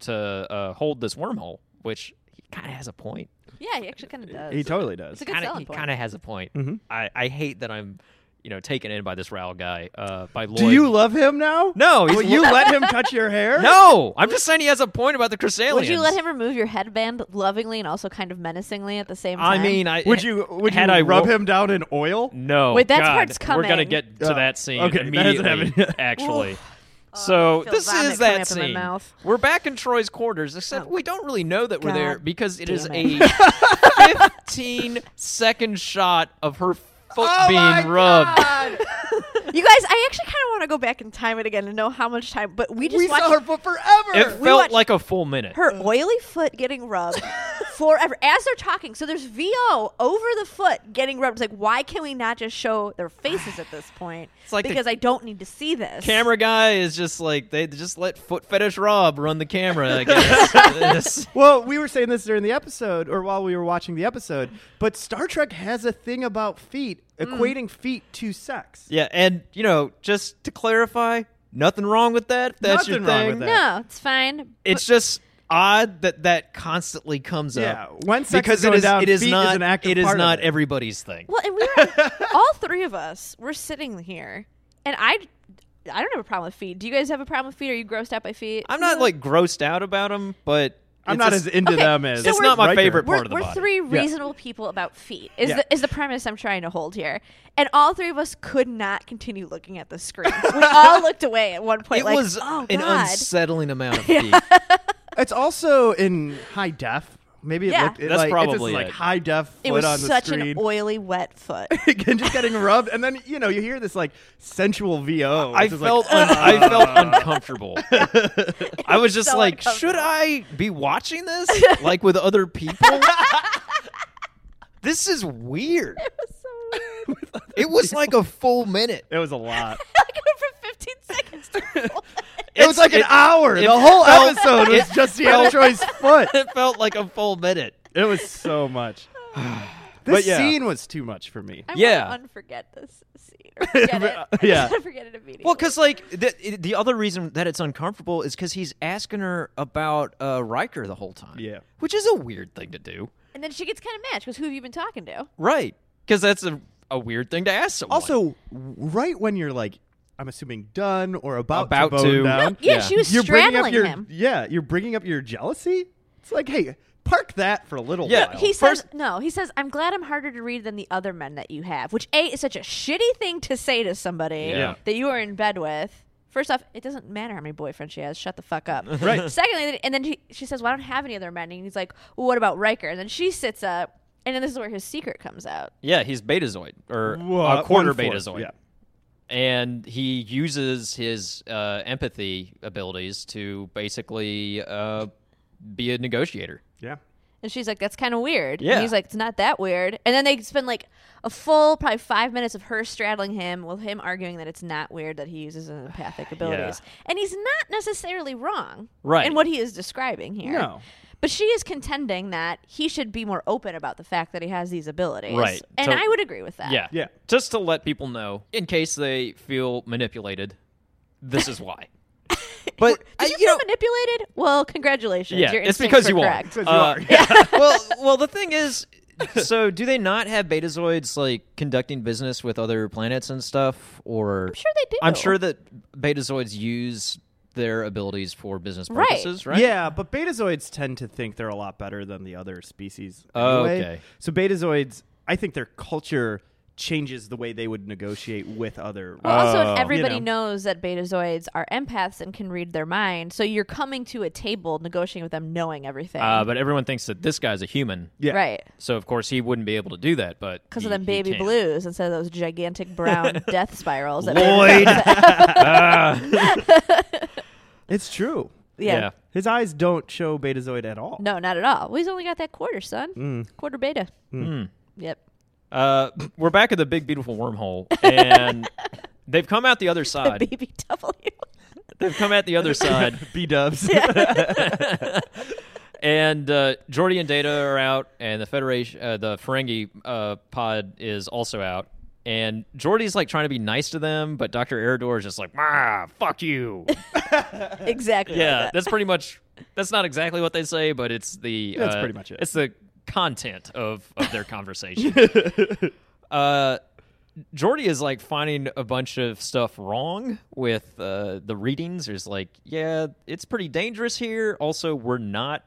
Speaker 3: to uh, hold this wormhole. Which he kind of has a point.
Speaker 4: Yeah, he actually kind of does.
Speaker 2: He totally does.
Speaker 4: It's a good
Speaker 3: Kinda-
Speaker 4: selling
Speaker 3: he
Speaker 4: point.
Speaker 3: kind of has a point.
Speaker 2: Mm-hmm.
Speaker 3: I, I hate that I'm, you know, taken in by this Raoul guy. Uh, by Lloyd.
Speaker 2: Do you love him now?
Speaker 3: No, he's
Speaker 2: Will you let him touch your hair?
Speaker 3: No, I'm just saying he has a point about the Chrysalians.
Speaker 4: Would you let him remove your headband lovingly and also kind of menacingly at the same
Speaker 3: I
Speaker 4: time?
Speaker 3: mean, I
Speaker 2: Would you? Would
Speaker 3: had
Speaker 2: you
Speaker 3: I
Speaker 2: rub
Speaker 3: wo-
Speaker 2: him down in oil?
Speaker 3: No.
Speaker 4: Wait, that
Speaker 3: God,
Speaker 4: part's
Speaker 3: We're gonna
Speaker 4: coming.
Speaker 3: get to
Speaker 2: Oh,
Speaker 3: that scene
Speaker 2: okay, that hasn't
Speaker 3: immediately.
Speaker 2: happened yet.
Speaker 3: Actually.
Speaker 4: Oh, I
Speaker 3: So
Speaker 4: feel
Speaker 3: this
Speaker 4: vomit
Speaker 3: is
Speaker 4: coming
Speaker 3: that
Speaker 4: up in my
Speaker 3: scene.
Speaker 4: mouth. Oh,
Speaker 3: We're back in Troy's quarters, except we don't really know that we're
Speaker 4: God
Speaker 3: there because it is
Speaker 4: damn
Speaker 3: a 15 second shot of her foot
Speaker 2: Oh
Speaker 3: being rubbed.
Speaker 4: You guys, I actually kind of want to go back and time it again to know how much time. But we just
Speaker 2: we
Speaker 4: watched
Speaker 2: saw her foot forever.
Speaker 3: It
Speaker 4: We
Speaker 3: felt
Speaker 4: watched-
Speaker 3: like a full minute.
Speaker 4: her oily foot getting rubbed forever as they're talking. So there's VO over the foot getting rubbed. It's like, why can we not just show their faces at this point? It's
Speaker 3: like the
Speaker 4: because I don't need to see this.
Speaker 3: camera guy is just like they just let foot fetish Rob run the camera. I guess. It's-
Speaker 2: Well, we were saying this during the episode, or while we were watching the episode, but Star Trek has a thing about feet,
Speaker 4: Mm.
Speaker 2: equating feet to sex.
Speaker 3: yeah, and you know, just to clarify, nothing wrong with that. if That's your
Speaker 2: Nothing
Speaker 3: thing.
Speaker 2: wrong with that.
Speaker 4: No, it's fine.
Speaker 3: It's just odd that that constantly comes
Speaker 2: Yeah,
Speaker 3: up.
Speaker 2: when sex
Speaker 3: because
Speaker 2: is going
Speaker 3: it is
Speaker 2: down,
Speaker 3: it is
Speaker 2: feet is
Speaker 3: not
Speaker 2: an active
Speaker 3: it is
Speaker 2: part of
Speaker 3: not
Speaker 2: it.
Speaker 3: everybody's thing.
Speaker 4: Well, and we were all three of us were sitting here, and I, I don't have a problem with feet. Do you guys have a problem with feet? Are you grossed out by feet?
Speaker 3: I'm not like grossed out about them, but
Speaker 2: I'm
Speaker 3: it's
Speaker 2: not
Speaker 3: just-
Speaker 2: as into
Speaker 4: Okay,
Speaker 2: them as
Speaker 4: so It's
Speaker 3: not my
Speaker 2: Riker.
Speaker 3: favorite
Speaker 4: we're,
Speaker 3: part of the
Speaker 4: we're
Speaker 3: body.
Speaker 4: three reasonable people about feet is
Speaker 2: Yeah.
Speaker 4: the is the premise I'm trying to hold here, and all three of us could not continue looking at the screen. we all looked away at one point.
Speaker 3: it
Speaker 4: like,
Speaker 3: was
Speaker 4: oh
Speaker 3: an
Speaker 4: god.
Speaker 3: unsettling amount of feet.
Speaker 2: It's also in high def. Maybe it
Speaker 4: Yeah.
Speaker 2: looked, it
Speaker 3: That's
Speaker 2: like, it's just
Speaker 3: probably
Speaker 2: like
Speaker 3: it.
Speaker 2: high def foot
Speaker 4: it was
Speaker 2: on the
Speaker 4: such
Speaker 2: screen.
Speaker 4: an oily, wet foot.
Speaker 2: Again, just getting rubbed, and then you know you hear this like sensual VO.
Speaker 3: I
Speaker 2: It's just like,
Speaker 3: felt un- I felt uncomfortable. I was just
Speaker 4: so
Speaker 3: like, should I be watching this like with other people? this is weird. It was like a full minute.
Speaker 2: it was a lot.
Speaker 4: I go from 15 seconds to a full minute.
Speaker 2: it was like an hour.
Speaker 3: it
Speaker 2: The whole
Speaker 3: felt-
Speaker 2: episode was
Speaker 3: it
Speaker 2: just Deanna Troy's foot.
Speaker 3: It felt like a full minute.
Speaker 2: It was so much. this
Speaker 3: But yeah.
Speaker 2: scene was too much for me.
Speaker 4: I
Speaker 3: Yeah.
Speaker 4: want to unforget this scene. Or forget it. I
Speaker 2: Yeah.
Speaker 4: just wanna forget it immediately.
Speaker 3: Well, because like the, the other reason that it's uncomfortable is because he's asking her about uh, Riker the whole time.
Speaker 2: Yeah.
Speaker 3: which is a weird thing to do,
Speaker 4: and then she gets kind of mad. She goes, "Who have you been talking to?"
Speaker 3: right? Because that's a, a weird thing to ask someone.
Speaker 2: Also, right when you're like, I'm assuming done or about,
Speaker 3: About
Speaker 2: to bone
Speaker 3: to.
Speaker 2: down,
Speaker 4: Yeah,
Speaker 3: Um, Yeah.
Speaker 4: she was
Speaker 2: you're bringing up
Speaker 4: straddling
Speaker 2: your
Speaker 4: him.
Speaker 2: yeah, you're bringing up your jealousy. It's like, hey, park that for a little
Speaker 3: Yeah.
Speaker 2: while.
Speaker 4: He
Speaker 3: First-
Speaker 4: says no. He says I'm glad I'm harder to read than the other men that you have, which a is such a shitty thing to say to somebody
Speaker 3: Yeah.
Speaker 4: that you are in bed with. First off, it doesn't matter how many boyfriends she has. Shut the fuck up.
Speaker 2: Right.
Speaker 4: Secondly, and then she, she says, "Well, I don't have any other men." And he's like, well, "What about Riker?" And then she sits up, and then this is where his secret comes out.
Speaker 3: yeah, he's betazoid or
Speaker 2: Wha-
Speaker 3: a quarter
Speaker 2: one-fourth,
Speaker 3: betazoid.
Speaker 2: Yeah.
Speaker 3: and he uses his uh, empathy abilities to basically uh, be a negotiator.
Speaker 2: Yeah.
Speaker 4: And she's like, "That's kind of weird."
Speaker 3: Yeah.
Speaker 4: And he's like, "It's not that weird." And then they spend like a full, probably five minutes of her straddling him, with him arguing that it's not weird that he uses his empathic abilities, and he's not necessarily wrong,
Speaker 3: Right.
Speaker 4: In what he is describing here,
Speaker 2: No.
Speaker 4: But she is contending that he should be more open about the fact that he has these abilities,
Speaker 3: Right.
Speaker 4: And
Speaker 3: So-
Speaker 4: I would agree with that.
Speaker 3: Yeah.
Speaker 2: Yeah.
Speaker 3: Just to let people know, in case they feel manipulated, this is why. but
Speaker 4: Did
Speaker 3: I-
Speaker 4: you, feel manipulated? Well, congratulations.
Speaker 3: yeah,
Speaker 4: Your
Speaker 3: it's
Speaker 4: instincts
Speaker 3: because
Speaker 4: were
Speaker 3: you
Speaker 4: correct.
Speaker 2: Because you
Speaker 3: are.
Speaker 2: are.
Speaker 3: Uh, well, well, the thing is, so do they not have betazoids like conducting business with other planets and stuff? Or I'm
Speaker 4: sure they do.
Speaker 3: I'm sure that betazoids use their abilities for business
Speaker 4: Right.
Speaker 3: purposes, right?
Speaker 2: Yeah, but betazoids tend to think they're a lot better than the other species.
Speaker 3: Oh,
Speaker 2: anyway.
Speaker 3: okay.
Speaker 2: So betazoids, I think their culture changes the way they would negotiate with other.
Speaker 4: Well, also,
Speaker 3: Oh.
Speaker 4: if everybody
Speaker 2: You
Speaker 4: knows that betazoids are empaths and can read their mind, so you're coming to a table negotiating with them knowing everything.
Speaker 3: Uh, but everyone thinks that this guy's a human.
Speaker 2: yeah.
Speaker 4: Right.
Speaker 3: So of course he wouldn't be able to do that, but
Speaker 4: Because
Speaker 3: he-
Speaker 4: of them
Speaker 3: he
Speaker 4: baby
Speaker 3: can.
Speaker 4: blues instead of those gigantic brown death spirals. that-
Speaker 3: Lloyd.
Speaker 2: It's true.
Speaker 4: yeah.
Speaker 3: Yeah.
Speaker 2: His eyes don't show betazoid at all.
Speaker 4: No, not at all. Well, he's only got that quarter, son. Quarter beta.
Speaker 3: Hmm.
Speaker 4: Yep.
Speaker 3: Uh, we're back at the big beautiful wormhole, and they've come out the other side.
Speaker 4: BBW.
Speaker 3: They've come out the other side,
Speaker 2: B dubs.
Speaker 3: and uh, Jordy and Data are out, and the Federation, uh, the Ferengi uh, pod is also out. And Jordy's like trying to be nice to them, but Doctor Eridor is just like, "Ah, fuck you."
Speaker 4: exactly. like
Speaker 3: yeah,
Speaker 4: that.
Speaker 3: that's pretty much. That's not exactly what they say, but it's the.
Speaker 2: That's
Speaker 3: uh,
Speaker 2: pretty much it.
Speaker 3: It's the content of of their conversation. uh, Jordy is like finding a bunch of stuff wrong with uh, the readings. There's like, yeah, it's pretty dangerous here. Also, we're not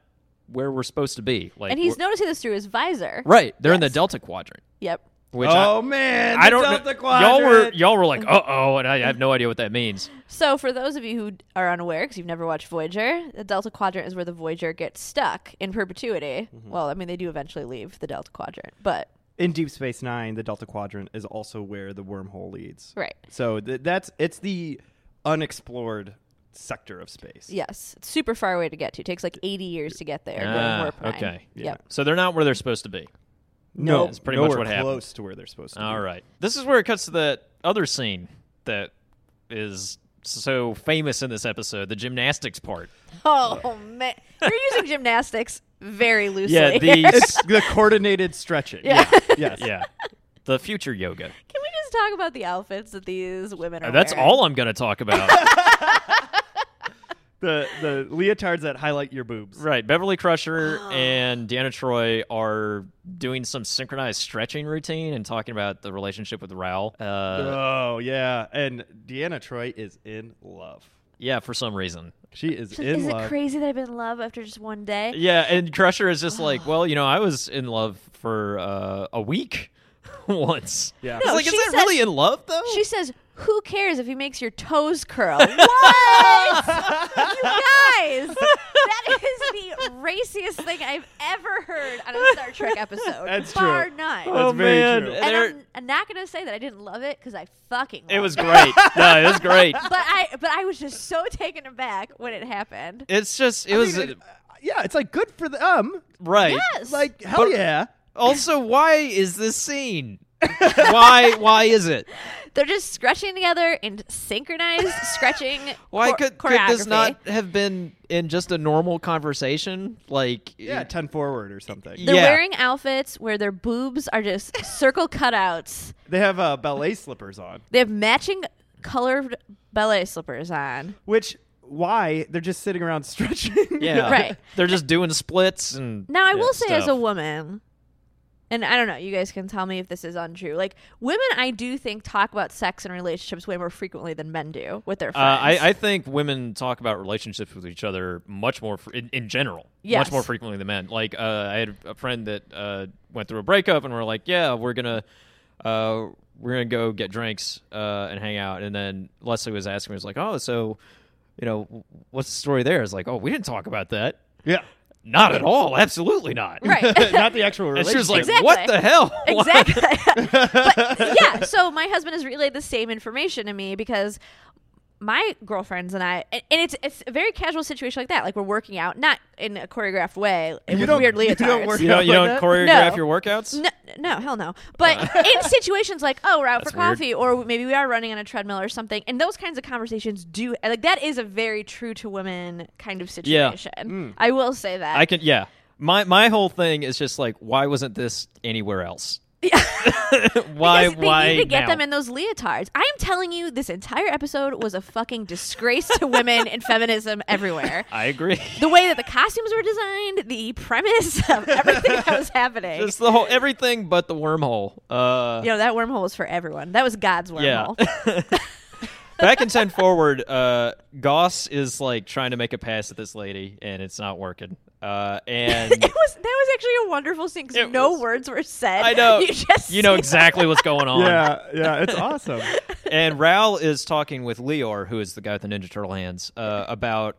Speaker 3: where we're supposed to be. Like,
Speaker 4: and he's
Speaker 3: we're-
Speaker 4: noticing this through his visor.
Speaker 3: right. They're in the Delta Quadrant,
Speaker 4: Yep.
Speaker 3: which
Speaker 2: oh
Speaker 3: I,
Speaker 2: man,
Speaker 3: I
Speaker 2: the
Speaker 3: don't
Speaker 2: Delta
Speaker 3: know.
Speaker 2: Quadrant.
Speaker 3: Y'all were y'all were like, uh oh, and I, I have no idea what that means.
Speaker 4: So, for those of you who are unaware, because you've never watched Voyager, the Delta Quadrant is
Speaker 3: Mm-hmm.
Speaker 4: where the Voyager gets stuck in perpetuity. Well, I mean, they do eventually leave the Delta Quadrant, but
Speaker 2: in Deep Space Nine, the Delta Quadrant is also where the wormhole leads.
Speaker 4: Right.
Speaker 2: So th- that's it's the unexplored sector of space.
Speaker 4: Yes, it's super far away to get to. It takes like 80 years to get there. during
Speaker 3: Ah,
Speaker 4: warp nine.
Speaker 3: okay.
Speaker 2: Yeah.
Speaker 4: Yep.
Speaker 3: So they're not where they're supposed to be.
Speaker 2: No,
Speaker 3: That's pretty
Speaker 2: nowhere
Speaker 3: much what happened.
Speaker 2: close to where they're supposed to. be.
Speaker 3: All right. This is where it cuts to that other scene that is so famous in this episode, the gymnastics part.
Speaker 4: Oh man, you're using gymnastics very loosely.
Speaker 3: Yeah,
Speaker 4: here.
Speaker 3: the
Speaker 2: It's the coordinated stretching.
Speaker 4: Yeah.
Speaker 2: Yes.
Speaker 3: yeah. The future yoga.
Speaker 4: Can we just talk about the outfits that these women are?
Speaker 3: That's
Speaker 4: wearing?
Speaker 3: all I'm going to talk about.
Speaker 2: The the leotards that highlight your boobs.
Speaker 3: right. Beverly Crusher and Deanna Troy are doing some synchronized stretching routine and talking about the relationship with Raoul. Uh,
Speaker 2: Oh yeah, and Deanna Troy is in love.
Speaker 3: yeah, for some reason.
Speaker 2: She is in
Speaker 4: Is it
Speaker 2: love.
Speaker 4: crazy that I've been in love after just one day?
Speaker 3: Yeah, and Crusher is just like, well, you know, I was in love for uh, a week once.
Speaker 2: Yeah.
Speaker 3: It's
Speaker 4: No,
Speaker 3: like, is
Speaker 4: she
Speaker 3: that
Speaker 4: says-
Speaker 3: really in love, though?
Speaker 4: She says, "Who cares if he makes your toes curl?" what? you guys, that is the raciest thing I've ever heard on a Star Trek episode.
Speaker 2: That's true.
Speaker 4: Bar none.
Speaker 2: That's very true.
Speaker 3: And
Speaker 4: and
Speaker 3: there-
Speaker 4: I'm, I'm not gonna say that I didn't love it because I fucking. Loved
Speaker 3: it was great. no, it was great.
Speaker 4: But I, but I was just so taken aback when it happened.
Speaker 3: It's just, it
Speaker 2: I
Speaker 3: was uh,
Speaker 2: mean, it- uh, yeah, it's like good for them.
Speaker 3: right.
Speaker 4: Yes.
Speaker 2: Like hell
Speaker 3: But-
Speaker 2: yeah.
Speaker 3: Also, why is this scene? why? Why is it?
Speaker 4: They're just stretching together in synchronized stretching.
Speaker 3: Why
Speaker 4: chor-
Speaker 3: could, could this
Speaker 4: choreography.
Speaker 3: not have been in just a normal conversation? Like,
Speaker 2: Yeah, ten forward or something.
Speaker 4: They're
Speaker 3: Yeah.
Speaker 4: wearing outfits where their boobs are just circle cutouts.
Speaker 2: They have uh, ballet slippers on.
Speaker 4: They have matching colored ballet slippers on.
Speaker 2: Which why they're just sitting around stretching.
Speaker 3: yeah,
Speaker 4: Right.
Speaker 3: They're just doing splits and.
Speaker 4: Now, I
Speaker 3: yeah,
Speaker 4: will say, as a
Speaker 3: stuff.
Speaker 4: woman, and I don't know, you guys can tell me if this is untrue. Like, women, I do think, talk about sex and relationships way more frequently than men do with their
Speaker 3: Uh,
Speaker 4: friends.
Speaker 3: I, I think women talk about relationships with each other much more fr- in, in general,
Speaker 4: Yes.
Speaker 3: much more frequently than men. Like uh, I had a friend that uh, went through a breakup, and we're like, "Yeah, we're gonna uh, we're gonna go get drinks uh, and hang out." And then Leslie was asking me, "Was like, oh, so you know, w- what's the story there?" It's like, "Oh, we didn't talk about that.
Speaker 2: yeah.
Speaker 3: Not at all. Absolutely not."
Speaker 4: right.
Speaker 2: Not the actual
Speaker 3: And
Speaker 2: relationship.
Speaker 3: she was like,
Speaker 4: Exactly.
Speaker 3: "What the hell?"
Speaker 4: exactly. but yeah, so my husband has relayed the same information to me because my girlfriends and I, and and it's it's a very casual situation like that. Like we're working out, not in a choreographed way, and with
Speaker 2: don't-
Speaker 4: weird
Speaker 2: you
Speaker 4: leotards.
Speaker 2: don't work
Speaker 3: You don't, you don't
Speaker 2: Like that?
Speaker 3: choreograph
Speaker 4: No.
Speaker 3: your workouts.
Speaker 4: No, no, hell no. But in situations like, oh, we're out for
Speaker 3: That's weird.
Speaker 4: coffee, or maybe we are running on a treadmill or something, and those kinds of conversations do like that is a very true to women kind of
Speaker 3: Yeah. Mm.
Speaker 4: situation. I will say that.
Speaker 3: I can, yeah. My my whole thing is just like, why wasn't this anywhere else? why?
Speaker 4: Because they
Speaker 3: why
Speaker 4: need to get
Speaker 3: now?
Speaker 4: them in those leotards. I am telling you, this entire episode was a fucking disgrace to women and feminism everywhere.
Speaker 3: I agree.
Speaker 4: The way that the costumes were designed, the premise of everything that was happening.
Speaker 3: Just the whole everything but the wormhole. Uh,
Speaker 4: you know, that wormhole was for everyone. That was God's
Speaker 3: yeah.
Speaker 4: wormhole.
Speaker 3: Back in ten forward, uh, Goss is like trying to make a pass at this lady, and it's not working. Uh, and
Speaker 4: It was that was actually a wonderful scene because
Speaker 3: It
Speaker 4: no
Speaker 3: was.
Speaker 4: words were said.
Speaker 3: I know
Speaker 4: you just
Speaker 3: you know
Speaker 4: see-
Speaker 3: exactly what's going on.
Speaker 2: Yeah, yeah, it's awesome.
Speaker 3: and Ral is talking with Leor, who is the guy with the Ninja Turtle hands, uh, about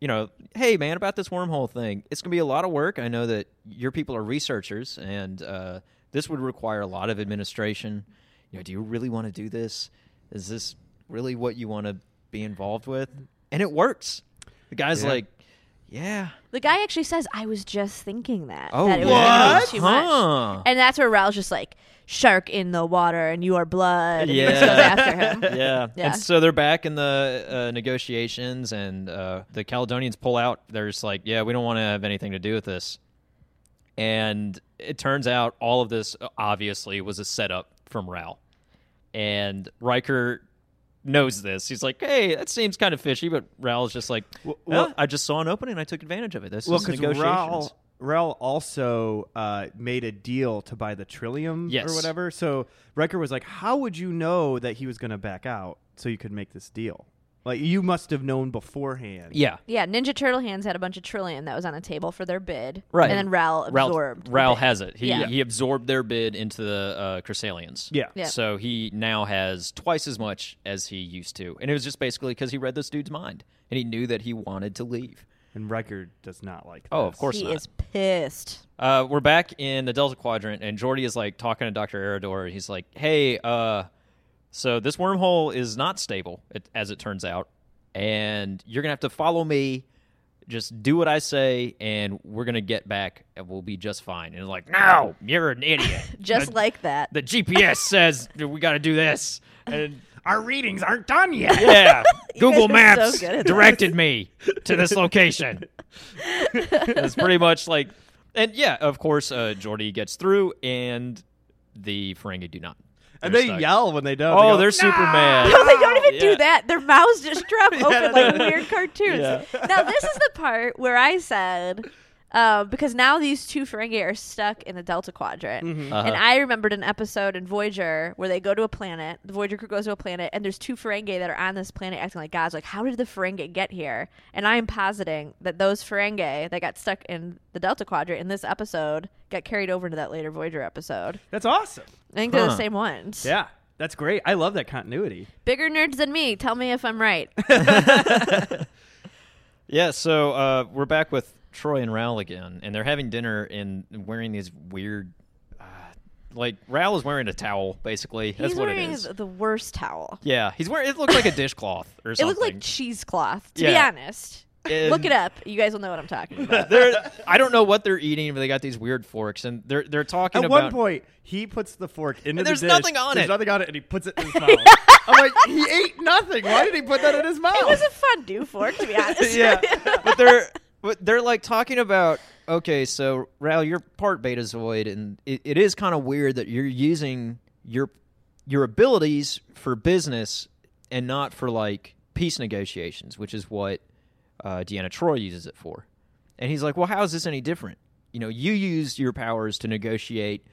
Speaker 3: you know, hey man, about this wormhole thing. It's gonna be a lot of work. I know that your people are researchers, and uh, this would require a lot of administration. You know, do you really want to do this? Is this really what you want to be involved with? And it works. The guy's
Speaker 2: Yeah.
Speaker 3: like, yeah,
Speaker 4: The guy actually says, "I was just thinking that."
Speaker 3: Oh,
Speaker 4: that it was gonna be
Speaker 3: what?
Speaker 4: Too much.
Speaker 3: Huh.
Speaker 4: And that's where Raoul's just like, "Shark in the water, and you are blood." And he just
Speaker 3: Yeah.
Speaker 4: goes after him.
Speaker 3: yeah.
Speaker 4: Yeah.
Speaker 3: And so they're back in the uh, negotiations, and uh, the Caledonians pull out. They're just like, yeah, we don't want to have anything to do with this. And it turns out all of this uh, obviously was a setup from Ral. And Riker knows this. He's like, hey, that seems kind of fishy, but Ral's just like, well,
Speaker 2: Well, well-
Speaker 3: I just saw an opening and I took advantage of it. This
Speaker 2: well,
Speaker 3: is
Speaker 2: because
Speaker 3: negotiations.
Speaker 2: Raul, Raul also uh, made a deal to buy the Trillium
Speaker 3: Yes.
Speaker 2: or whatever. So Riker was like, "How would you know that he was going to back out so you could make this deal? Like you must have known beforehand."
Speaker 3: yeah.
Speaker 4: Yeah, Ninja Turtle Hands had a bunch of trillion that was on a table for their bid,
Speaker 3: Right.
Speaker 4: And then Raoul absorbed. the
Speaker 3: Ral
Speaker 4: bid.
Speaker 3: has it. He
Speaker 4: Yeah.
Speaker 3: he absorbed their bid into the uh, Chrysalians.
Speaker 2: Yeah.
Speaker 4: Yeah.
Speaker 3: So he now has twice as much as he used to, and it was just basically because he read this dude's mind and he knew that he wanted to leave.
Speaker 2: And Riker does not like that.
Speaker 3: Oh, of course
Speaker 4: he
Speaker 3: not.
Speaker 4: is pissed.
Speaker 3: Uh, we're back in the Delta Quadrant, and Jordy is like talking to Doctor Eridor. He's like, "Hey, uh, so this wormhole is not stable, it, as it turns out, and you're gonna have to follow me. Just do what I say, and we're gonna get back, and we'll be just fine." And it's like, "No, you're an idiot.
Speaker 4: Just like that.
Speaker 3: the GPS says that we gotta do this." And
Speaker 2: Our readings aren't done yet.
Speaker 3: yeah,
Speaker 4: guys
Speaker 3: Google
Speaker 4: are so
Speaker 3: Maps
Speaker 4: good at
Speaker 3: directed me to this location. That's pretty much like, and yeah, of course, uh, Jordy gets through, and the Ferengi do not.
Speaker 2: And
Speaker 3: They're
Speaker 2: they
Speaker 3: stuck.
Speaker 2: yell when they don't.
Speaker 3: Oh,
Speaker 2: They go,
Speaker 3: they're super mad.
Speaker 4: No, they don't even
Speaker 3: Yeah.
Speaker 4: do that. Their mouths just drop open like weird cartoons.
Speaker 3: Yeah.
Speaker 4: Now this is the part where I said. Uh, because now these two Ferengi are stuck in the Delta Quadrant,
Speaker 3: Uh-huh.
Speaker 4: and I remembered an episode in Voyager where they go to a planet. The Voyager crew goes to a planet, and there's two Ferengi that are on this planet acting like gods. Like, how did the Ferengi get here? And I am positing that those Ferengi that got stuck in the Delta Quadrant in this episode got carried over into that later Voyager episode.
Speaker 2: That's awesome.
Speaker 4: I think they're
Speaker 3: Huh.
Speaker 4: the same ones.
Speaker 2: Yeah, that's great. I love that continuity.
Speaker 4: Bigger nerds than me, tell me if I'm right.
Speaker 3: Yeah, so uh, we're back with Troy and Raoul again, and they're having dinner and wearing these weird, uh, like Raoul is wearing a towel basically. That's
Speaker 4: He's
Speaker 3: what
Speaker 4: wearing
Speaker 3: it is.
Speaker 4: th- the worst towel.
Speaker 3: yeah, he's wearing. It looked like a dishcloth or
Speaker 4: It
Speaker 3: something.
Speaker 4: looked like cheesecloth, to
Speaker 3: Yeah.
Speaker 4: be honest.
Speaker 3: And-
Speaker 4: Look it up. You guys will know what I'm talking about.
Speaker 3: they're, I don't know what they're eating, but they got these weird forks, and they're they're talking
Speaker 2: At
Speaker 3: about.
Speaker 2: one point, he puts the fork into
Speaker 3: And there's
Speaker 2: the dish.
Speaker 3: nothing on
Speaker 2: there's
Speaker 3: it.
Speaker 2: nothing on it, and he puts it in his mouth. I'm like, he ate nothing. Why did he put that in his mouth?
Speaker 4: It was a fondue fork, to be honest.
Speaker 3: yeah, but they're but they're like talking about okay, so Ral, you're part Betazoid, and it, it is kind of weird that you're using your your abilities for business and not for like peace negotiations, which is what uh, Deanna Troy uses it for. And he's like, well, how is this any different? You know, you use your powers to negotiate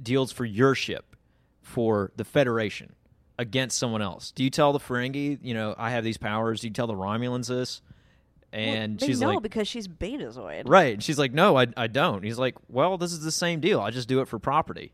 Speaker 3: deals for your ship for the Federation against someone else. Do you tell the Ferengi, you know, I have these powers? Do you tell the Romulans this? And
Speaker 4: they
Speaker 3: she's
Speaker 4: know
Speaker 3: like,
Speaker 4: because she's betazoid.
Speaker 3: right. And she's like, no, I, I don't. He's like, well, this is the same deal. I just do it for property.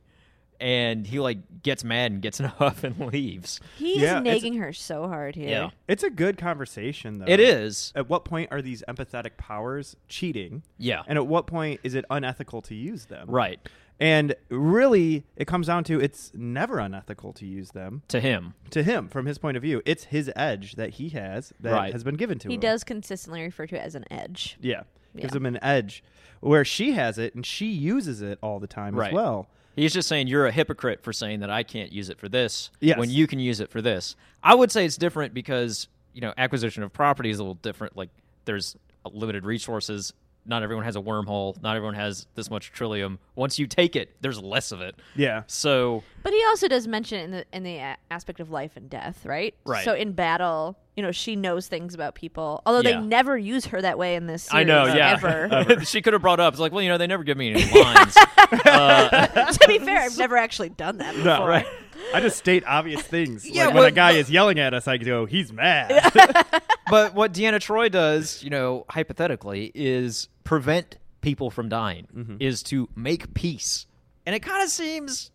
Speaker 3: And he like gets mad and gets in a huff and leaves.
Speaker 4: He's
Speaker 2: Yeah, it's-
Speaker 4: nagging her so hard here.
Speaker 2: It's a good conversation, though.
Speaker 3: It is.
Speaker 2: At what point are these empathetic powers cheating?
Speaker 3: Yeah.
Speaker 2: And at what point is it unethical to use them?
Speaker 3: Right.
Speaker 2: And really, it comes down to it's never unethical to use them.
Speaker 3: To him.
Speaker 2: To him, from his point of view, it's his edge that he has that
Speaker 3: Right.
Speaker 2: has been given to him.
Speaker 4: He does consistently refer to it as an edge.
Speaker 2: Yeah. Gives
Speaker 4: Yeah.
Speaker 2: him an edge where she has it and she uses it all the time
Speaker 3: Right.
Speaker 2: as well.
Speaker 3: He's just saying you're a hypocrite for saying that I can't use it for this
Speaker 2: Yes.
Speaker 3: when you can use it for this. I would say it's different because, you know, acquisition of property is a little different. Like there's limited resources. Not everyone has a wormhole. Not everyone has this much trillium. Once you take it, there's less of it.
Speaker 2: Yeah.
Speaker 3: So,
Speaker 4: But he also does mention it in the in the a- aspect of life and death, right?
Speaker 3: Right.
Speaker 4: So in battle, you know, she knows things about people. Although
Speaker 3: Yeah.
Speaker 4: they never use her that way in this
Speaker 3: I know,
Speaker 4: series,
Speaker 3: yeah.
Speaker 4: Ever.
Speaker 3: she could have brought up, it's like, well, you know, they never give me any lines.
Speaker 4: to be fair, I've never actually done that before.
Speaker 2: right. I just state obvious things.
Speaker 3: Yeah,
Speaker 2: like
Speaker 3: well-
Speaker 2: when a guy is yelling at us, I go, he's mad.
Speaker 3: but what Deanna Troy does, you know, hypothetically, is prevent people from dying, is to make peace. And it kind of seems,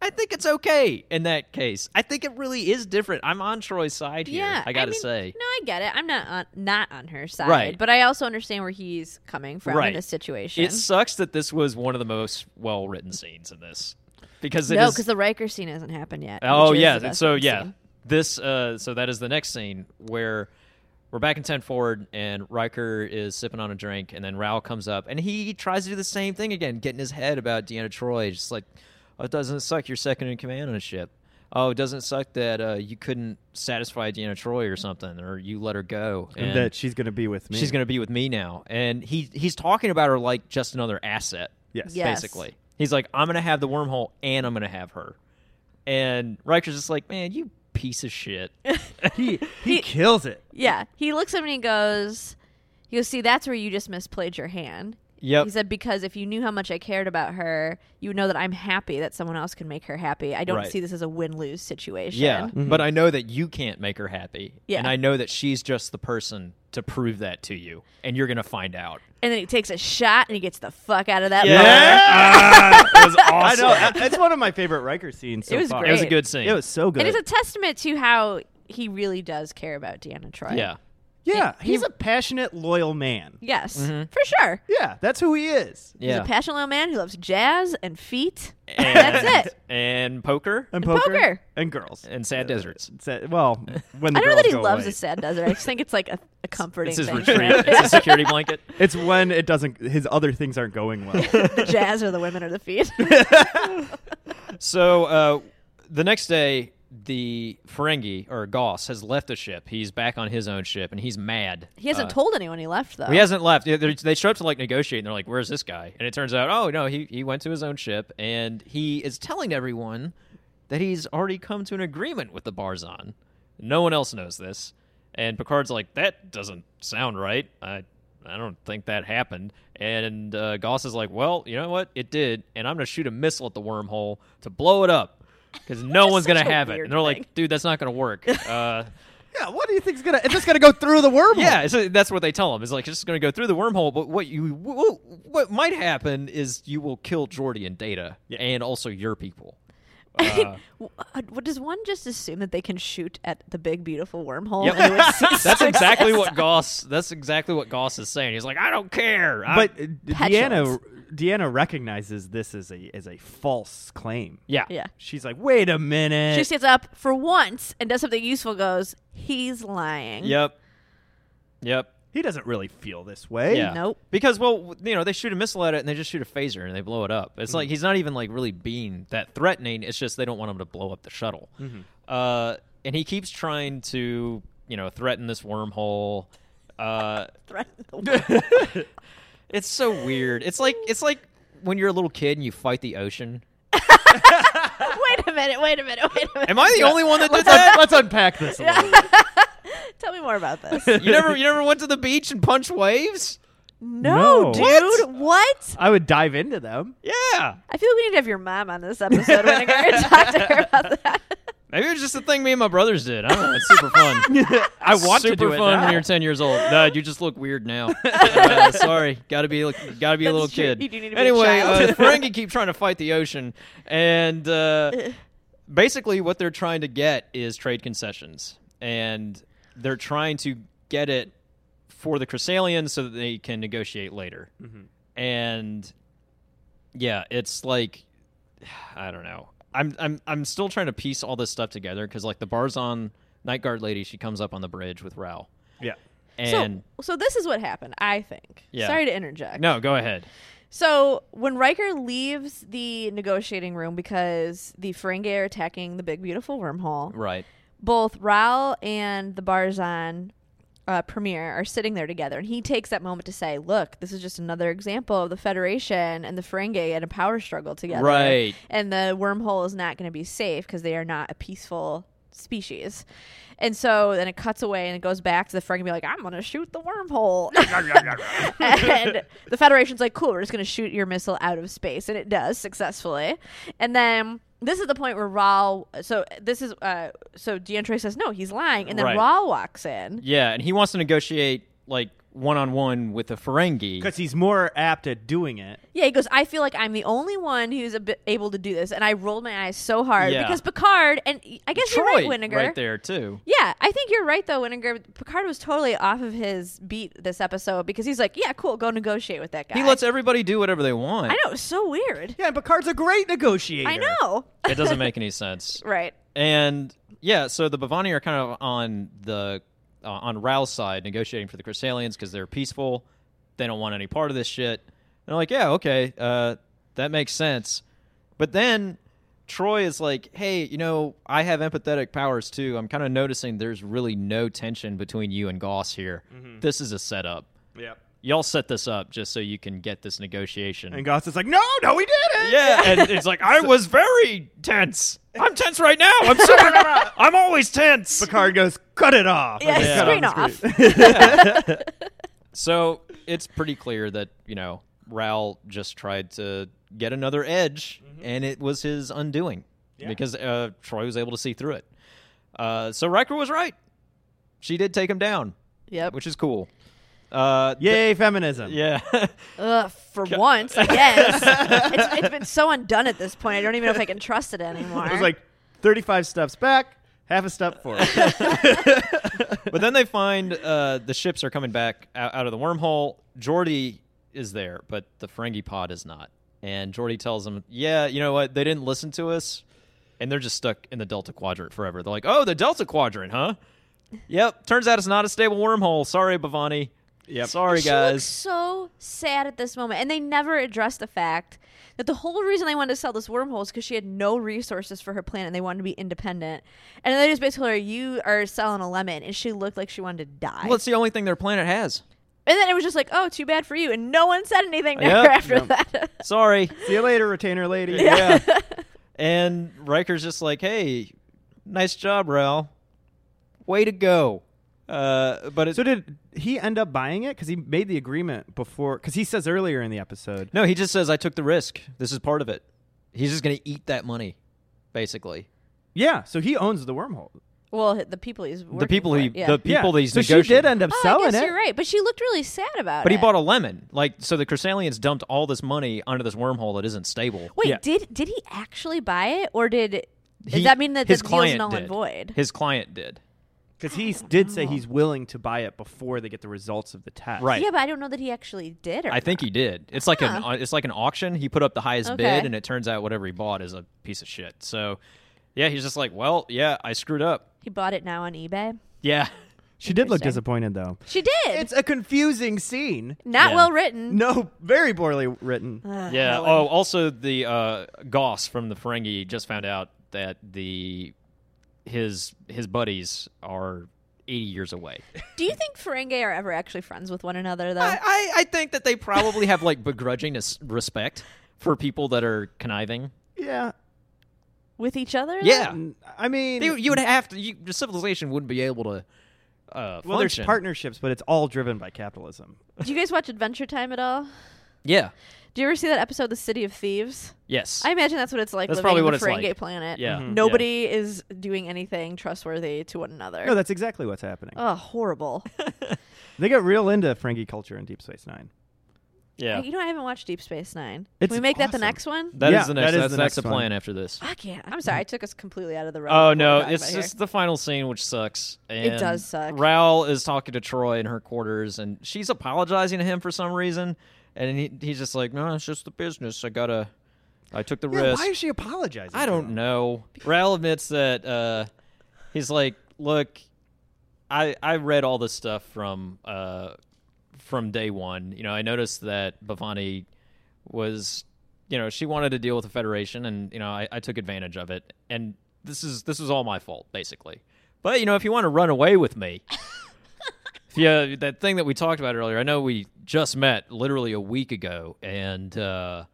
Speaker 3: I think it's okay in that case. I think it really is different. I'm on Troy's side here,
Speaker 4: Yeah,
Speaker 3: I gotta
Speaker 4: mean,
Speaker 3: say.
Speaker 4: No, I get it. I'm not on, not on her side,
Speaker 3: Right.
Speaker 4: But I also understand where he's coming from
Speaker 3: Right.
Speaker 4: in this situation.
Speaker 3: It sucks that this was one of the most well written scenes in this. Because it
Speaker 4: no,
Speaker 3: is-
Speaker 4: because the Riker scene hasn't happened yet.
Speaker 3: Oh
Speaker 4: which is
Speaker 3: yeah,
Speaker 4: the best
Speaker 3: so
Speaker 4: scene.
Speaker 3: yeah, this uh, so that is the next scene where we're back in ten forward, and Riker is sipping on a drink, and then Raoul comes up, and he tries to do the same thing again, getting his head about Deanna Troy, just like, oh, doesn't it suck you're second in command on a ship? Oh, doesn't it suck that uh, you couldn't satisfy Deanna Troy or something, or you let her go?
Speaker 2: and that she's going to be with me.
Speaker 3: she's going to be with me now, and he he's talking about her like just another asset
Speaker 2: Yes.
Speaker 4: Yeah. Yes.
Speaker 3: basically. He's like, I'm gonna have the wormhole and I'm gonna have her. And Riker's just like, man, you piece of shit.
Speaker 2: He, he kills it.
Speaker 4: yeah. He looks at me and he goes, "You see, that's where you just misplayed your hand."
Speaker 3: yep.
Speaker 4: He said, "Because if you knew how much I cared about her, you would know that I'm happy that someone else can make her happy. I don't
Speaker 3: Right.
Speaker 4: see this as a win lose situation."
Speaker 3: yeah, but I know that you can't make her happy,
Speaker 4: Yeah.
Speaker 3: and I know that she's just the person to prove that to you, and you're gonna find out.
Speaker 4: And then he takes a shot and he gets the fuck out of that. moment.
Speaker 3: Ah,
Speaker 2: it was awesome. I know. It's one of my favorite Riker scenes so
Speaker 4: It was
Speaker 2: far.
Speaker 3: It was a
Speaker 4: Great.
Speaker 3: good scene.
Speaker 2: It was so good.
Speaker 4: And it's a testament to how he really does care about Deanna Troy.
Speaker 3: yeah.
Speaker 2: Yeah, he's a passionate, loyal man.
Speaker 4: Yes,
Speaker 3: Mm-hmm.
Speaker 4: for sure.
Speaker 2: Yeah, that's who he is.
Speaker 4: He's a passionate little man who loves jazz and feet.
Speaker 3: And-
Speaker 4: That's it.
Speaker 3: And poker
Speaker 2: And,
Speaker 4: And
Speaker 2: poker,
Speaker 4: poker.
Speaker 2: and girls.
Speaker 3: and sad deserts.
Speaker 2: It's a- well, when the
Speaker 4: I don't know
Speaker 2: girls
Speaker 4: that he
Speaker 2: go
Speaker 4: loves
Speaker 2: away.
Speaker 4: a sad desert. I just think it's like a, a comforting
Speaker 3: It's his
Speaker 4: thing.
Speaker 3: retreat. It's a security blanket.
Speaker 2: It's when it doesn't. His other things aren't going well.
Speaker 4: the jazz or the women or the feet.
Speaker 3: So uh, the next day, the Ferengi or Goss has left the ship. He's back on his own ship, and he's mad.
Speaker 4: he hasn't
Speaker 3: Uh,
Speaker 4: told anyone he left though.
Speaker 3: He hasn't left. Yeah, they're- They show up to like negotiate, and they're like, "Where's this guy?" And it turns out, oh no, he he went to his own ship, and he is telling everyone that he's already come to an agreement with the Barzan. No one else knows this, and Picard's like, "That doesn't sound right. I I don't think that happened." And uh, Goss is like, "Well, you know what? It did, and I'm gonna shoot a missile at the wormhole to blow it up." Because no one's gonna
Speaker 4: such a
Speaker 3: have it,
Speaker 4: weird
Speaker 3: and they're
Speaker 4: thing.
Speaker 3: like, "Dude, that's not gonna work." Uh,
Speaker 2: yeah, what do you think's gonna? It's just gonna go through the wormhole.
Speaker 3: yeah, so that's what they tell him. It's like it's just going to go through the wormhole. But what you what, what might happen is you will kill Jordy and Data, and also your people.
Speaker 4: W- uh, does one just assume that they can shoot at the big beautiful wormhole?
Speaker 3: Yep.
Speaker 4: and it would cease
Speaker 3: That's
Speaker 4: to
Speaker 3: exactly
Speaker 4: exist?
Speaker 3: what Goss. That's exactly what Goss is saying. He's like, I don't care. I'm-
Speaker 2: But uh, Deanna, Deanna recognizes this as a as a false claim.
Speaker 3: yeah,
Speaker 4: Yeah.
Speaker 2: She's like, wait a minute.
Speaker 4: She stands up for once and does something useful. Goes, he's lying.
Speaker 3: yep, yep.
Speaker 2: he doesn't really feel this way.
Speaker 3: Yeah.
Speaker 4: Nope.
Speaker 3: Because well, w- you know, they shoot a missile at it and they just shoot a phaser and they blow it up. It's
Speaker 2: Mm-hmm.
Speaker 3: like he's not even like really being that threatening. It's just they don't want him to blow up the shuttle.
Speaker 2: Mm-hmm.
Speaker 3: Uh, and he keeps trying to you know threaten this wormhole. Uh,
Speaker 4: Threaten the world.
Speaker 3: it's so weird. It's like it's like when you're a little kid and you fight the ocean.
Speaker 4: wait a minute. Wait a minute. Wait a minute.
Speaker 3: Am I the only one that did
Speaker 2: Let's, un-
Speaker 3: that?
Speaker 2: let's unpack this a little. bit.
Speaker 4: Tell me more about this.
Speaker 3: You never you never went to the beach and punched waves?
Speaker 2: No.
Speaker 4: No, dude.
Speaker 3: What?
Speaker 4: what?
Speaker 2: I would dive into them.
Speaker 3: Yeah.
Speaker 4: I feel like we need to have your mom on this episode when I go and talk to her about that.
Speaker 3: Maybe it was just a thing me and my brothers did. I don't know. It's super fun.
Speaker 2: I want
Speaker 3: super
Speaker 2: to do it
Speaker 3: fun
Speaker 2: now.
Speaker 3: when you're 10 years old. No, you just look weird now. Uh, sorry, gotta be gotta be a
Speaker 4: That's
Speaker 3: little
Speaker 4: true.
Speaker 3: kid.
Speaker 4: You do need to be a
Speaker 3: anyway,
Speaker 4: child.
Speaker 3: uh, Ferengi keep trying to fight the ocean, and uh, basically what they're trying to get is trade concessions, and they're trying to get it for the Chrysalians so that they can negotiate later.
Speaker 4: Mm-hmm.
Speaker 3: And yeah, it's like I don't know. I'm I'm I'm still trying to piece all this stuff together because like the Barzon night guard lady, she comes up on the bridge with Rao,
Speaker 2: yeah.
Speaker 3: and
Speaker 4: so, so this is what happened, I think.
Speaker 3: Yeah.
Speaker 4: Sorry to interject.
Speaker 3: no, go ahead.
Speaker 4: So when Riker leaves the negotiating room because the Ferengi are attacking the big beautiful wormhole,
Speaker 3: Right.
Speaker 4: both Raul and the Barzan uh, premier are sitting there together, and he takes that moment to say, "Look, this is just another example of the Federation and the Ferengi in a power struggle together,
Speaker 3: Right.
Speaker 4: And the wormhole is not going to be safe because they are not a peaceful species." And so then it cuts away and it goes back to the Ferengi, be like, "I'm going to shoot the wormhole," and the Federation's like, "Cool, we're just going to shoot your missile out of space," and it does successfully, and then. This is the point where Raul. So this is uh, so DeAndre says no, he's lying, and then
Speaker 3: Right.
Speaker 4: Raul walks in.
Speaker 3: Yeah, and he wants to negotiate like one on one with the Ferengi.
Speaker 2: Because he's more apt at doing it.
Speaker 4: Yeah, he goes, I feel like I'm the only one who's a bit able to do this. And I rolled my eyes so hard
Speaker 3: Yeah.
Speaker 4: because Picard, and I guess
Speaker 3: Troy,
Speaker 4: you're right, Winninger.
Speaker 3: right there too.
Speaker 4: Yeah, I think you're right, though, Winninger. Picard was totally off of his beat this episode because he's like, yeah, cool, go negotiate with that guy.
Speaker 3: He lets everybody do whatever they want.
Speaker 4: I know, it's so weird.
Speaker 2: Yeah, and Picard's a great negotiator.
Speaker 4: I know.
Speaker 3: It doesn't make any sense.
Speaker 4: right.
Speaker 3: And yeah, so the Bavani are kind of on the uh, on Rao's side negotiating for the Chrysalians because they're peaceful. They don't want any part of this shit. And they're like, yeah, okay, uh, that makes sense. But then Troy is like, hey, you know, I have empathetic powers too. I'm kind of noticing there's really no tension between you and Goss here. This is a setup.
Speaker 2: Yeah.
Speaker 3: Y'all set this up just so you can get this negotiation.
Speaker 2: And Goss is like, no, no, we did it.
Speaker 3: Yeah, and it's like I was very tense. I'm tense right now. I'm super. I'm always tense.
Speaker 2: Picard goes, cut it off.
Speaker 4: Yeah,
Speaker 2: And they cut
Speaker 4: screen
Speaker 2: the
Speaker 4: off.
Speaker 3: So it's pretty clear that you know Raoul just tried to get another edge, and it was his undoing because uh, Troy was able to see through it. Uh, so Riker was right. She did take him down,
Speaker 4: Yep.
Speaker 3: which is cool. Uh,
Speaker 2: Yay, feminism.
Speaker 3: yeah.
Speaker 4: Ugh, for once, I guess. it's, it's been so undone at this point. I don't even know if I can trust it anymore.
Speaker 2: It was like 35 steps back, Half a step forward.
Speaker 3: but then they find uh, the ships are coming back out, out of the wormhole. Jordy is there, but the Ferengi pod is not. And Jordy tells them, "Yeah, you know what? They didn't listen to us, and they're just stuck in the Delta Quadrant forever." They're like, "Oh, the Delta Quadrant, huh?" Yep. Turns out it's not a stable wormhole. Sorry, Bavani.
Speaker 2: Yep.
Speaker 3: Sorry,
Speaker 4: She looks
Speaker 3: guys.
Speaker 4: so sad at this moment, and they never address the fact that the whole reason they wanted to sell this wormhole is because she had no resources for her planet, and they wanted to be independent. And they just basically, are, you are selling a lemon, and she looked like she wanted to die.
Speaker 3: Well, it's the only thing their planet has.
Speaker 4: and then it was just like, oh, too bad for you, and no one said anything to
Speaker 3: Yep.
Speaker 4: her after
Speaker 2: Yep.
Speaker 4: that.
Speaker 3: Sorry.
Speaker 2: See you later, retainer lady.
Speaker 3: Yeah. and Riker's just like, "Hey, nice job, Ral. Way to go." Uh, but it's
Speaker 2: So did he end up buying it? Because he made the agreement before. Because he says earlier in the episode,
Speaker 3: No, he just says I took the risk. This is part of it. He's just going to eat that money, basically.
Speaker 2: yeah. So he owns the wormhole.
Speaker 4: well, the people he's working
Speaker 3: the people
Speaker 4: for,
Speaker 3: he,
Speaker 4: yeah.
Speaker 3: the people
Speaker 2: yeah.
Speaker 3: that he's
Speaker 2: so she
Speaker 3: negotiating.
Speaker 2: did end up
Speaker 4: Oh, I
Speaker 2: selling
Speaker 4: guess
Speaker 2: it.
Speaker 4: you're right, but she looked really sad about
Speaker 3: but
Speaker 4: it.
Speaker 3: he bought a lemon, like so. The Chrysalians dumped all this money onto this wormhole that isn't stable.
Speaker 4: Wait,
Speaker 2: Yeah.
Speaker 4: did did he actually buy it, or did
Speaker 3: He-
Speaker 4: does that mean that
Speaker 3: his
Speaker 4: the deal's
Speaker 3: client
Speaker 4: null and
Speaker 3: did.
Speaker 4: void?
Speaker 3: His client did.
Speaker 2: Because he s- did say he's willing to buy it before they get the results of the test.
Speaker 3: Right.
Speaker 4: yeah, but I don't know that he actually did. Or
Speaker 3: I think he did. It's like
Speaker 4: Huh.
Speaker 3: an it's like an auction. He put up the highest
Speaker 4: Okay.
Speaker 3: bid, and it turns out whatever he bought is a piece of shit. So, yeah, he's just like, well, yeah, I screwed up.
Speaker 4: He bought it now on eBay.
Speaker 3: Yeah,
Speaker 2: She did look
Speaker 4: Interesting.
Speaker 2: disappointed though.
Speaker 4: She did.
Speaker 2: It's a confusing scene.
Speaker 4: Not
Speaker 3: Yeah.
Speaker 4: well written.
Speaker 2: No, very poorly written.
Speaker 4: Ugh,
Speaker 3: yeah.
Speaker 4: Helen.
Speaker 3: Oh, also the uh, Goss from the Ferengi just found out that the his his buddies are eighty years away.
Speaker 4: Do you think Ferengi are ever actually friends with one another, though?
Speaker 3: I, I, I think that they probably have like begrudging as- respect for people that are conniving.
Speaker 2: yeah.
Speaker 4: with each other?
Speaker 3: Yeah,
Speaker 2: N- I mean,
Speaker 3: you, you would have to. You, your civilization wouldn't be able to. Uh,
Speaker 2: well, there's
Speaker 3: function.
Speaker 2: partnerships, but it's all driven by capitalism.
Speaker 4: though? Do you guys watch Adventure Time at all?
Speaker 3: Yeah.
Speaker 4: Do you ever see that episode, The City of Thieves?
Speaker 3: Yes.
Speaker 4: I imagine that's what it's like
Speaker 3: That's
Speaker 4: living
Speaker 3: probably
Speaker 4: in
Speaker 3: what
Speaker 4: the
Speaker 3: it's
Speaker 4: Ferengi
Speaker 3: like.
Speaker 4: planet.
Speaker 3: yeah.
Speaker 2: Mhm.
Speaker 4: Nobody is doing anything trustworthy to one another.
Speaker 2: No, that's exactly what's happening.
Speaker 4: oh, horrible.
Speaker 2: They get real into Ferengi culture in Deep Space Nine.
Speaker 3: Yeah.
Speaker 4: You know, I haven't watched Deep Space Nine.
Speaker 2: It's
Speaker 4: Can we make that the
Speaker 2: awesome.
Speaker 4: next one?
Speaker 3: That is
Speaker 2: Yeah,
Speaker 3: the next.
Speaker 2: that is
Speaker 3: that's,
Speaker 2: the
Speaker 3: that's
Speaker 2: next
Speaker 3: the
Speaker 2: one.
Speaker 3: plan after this.
Speaker 4: I can't. I'm sorry. I took us completely out of the realm.
Speaker 3: Oh
Speaker 4: of what
Speaker 3: no!
Speaker 4: we're talking
Speaker 3: It's
Speaker 4: about
Speaker 3: just
Speaker 4: here.
Speaker 3: the final scene, which sucks. And
Speaker 4: does suck.
Speaker 3: Raoul is talking to Troy in her quarters, and she's apologizing to him for some reason, and he, he's just like, "No, it's just the business. I gotta. I took the
Speaker 2: Yeah,
Speaker 3: risk.
Speaker 2: why is she apologizing?
Speaker 3: I don't know. Raoul admits that uh, he's like, look, I I read all this stuff from uh, from day one. You know, I noticed that Bavani was, you know, she wanted to deal with the Federation, and you know, I, I took advantage of it. And this is this was all my fault, basically. But you know, if you want to run away with me. Yeah, that thing that we talked about earlier. I know we just met literally a week ago, and uh,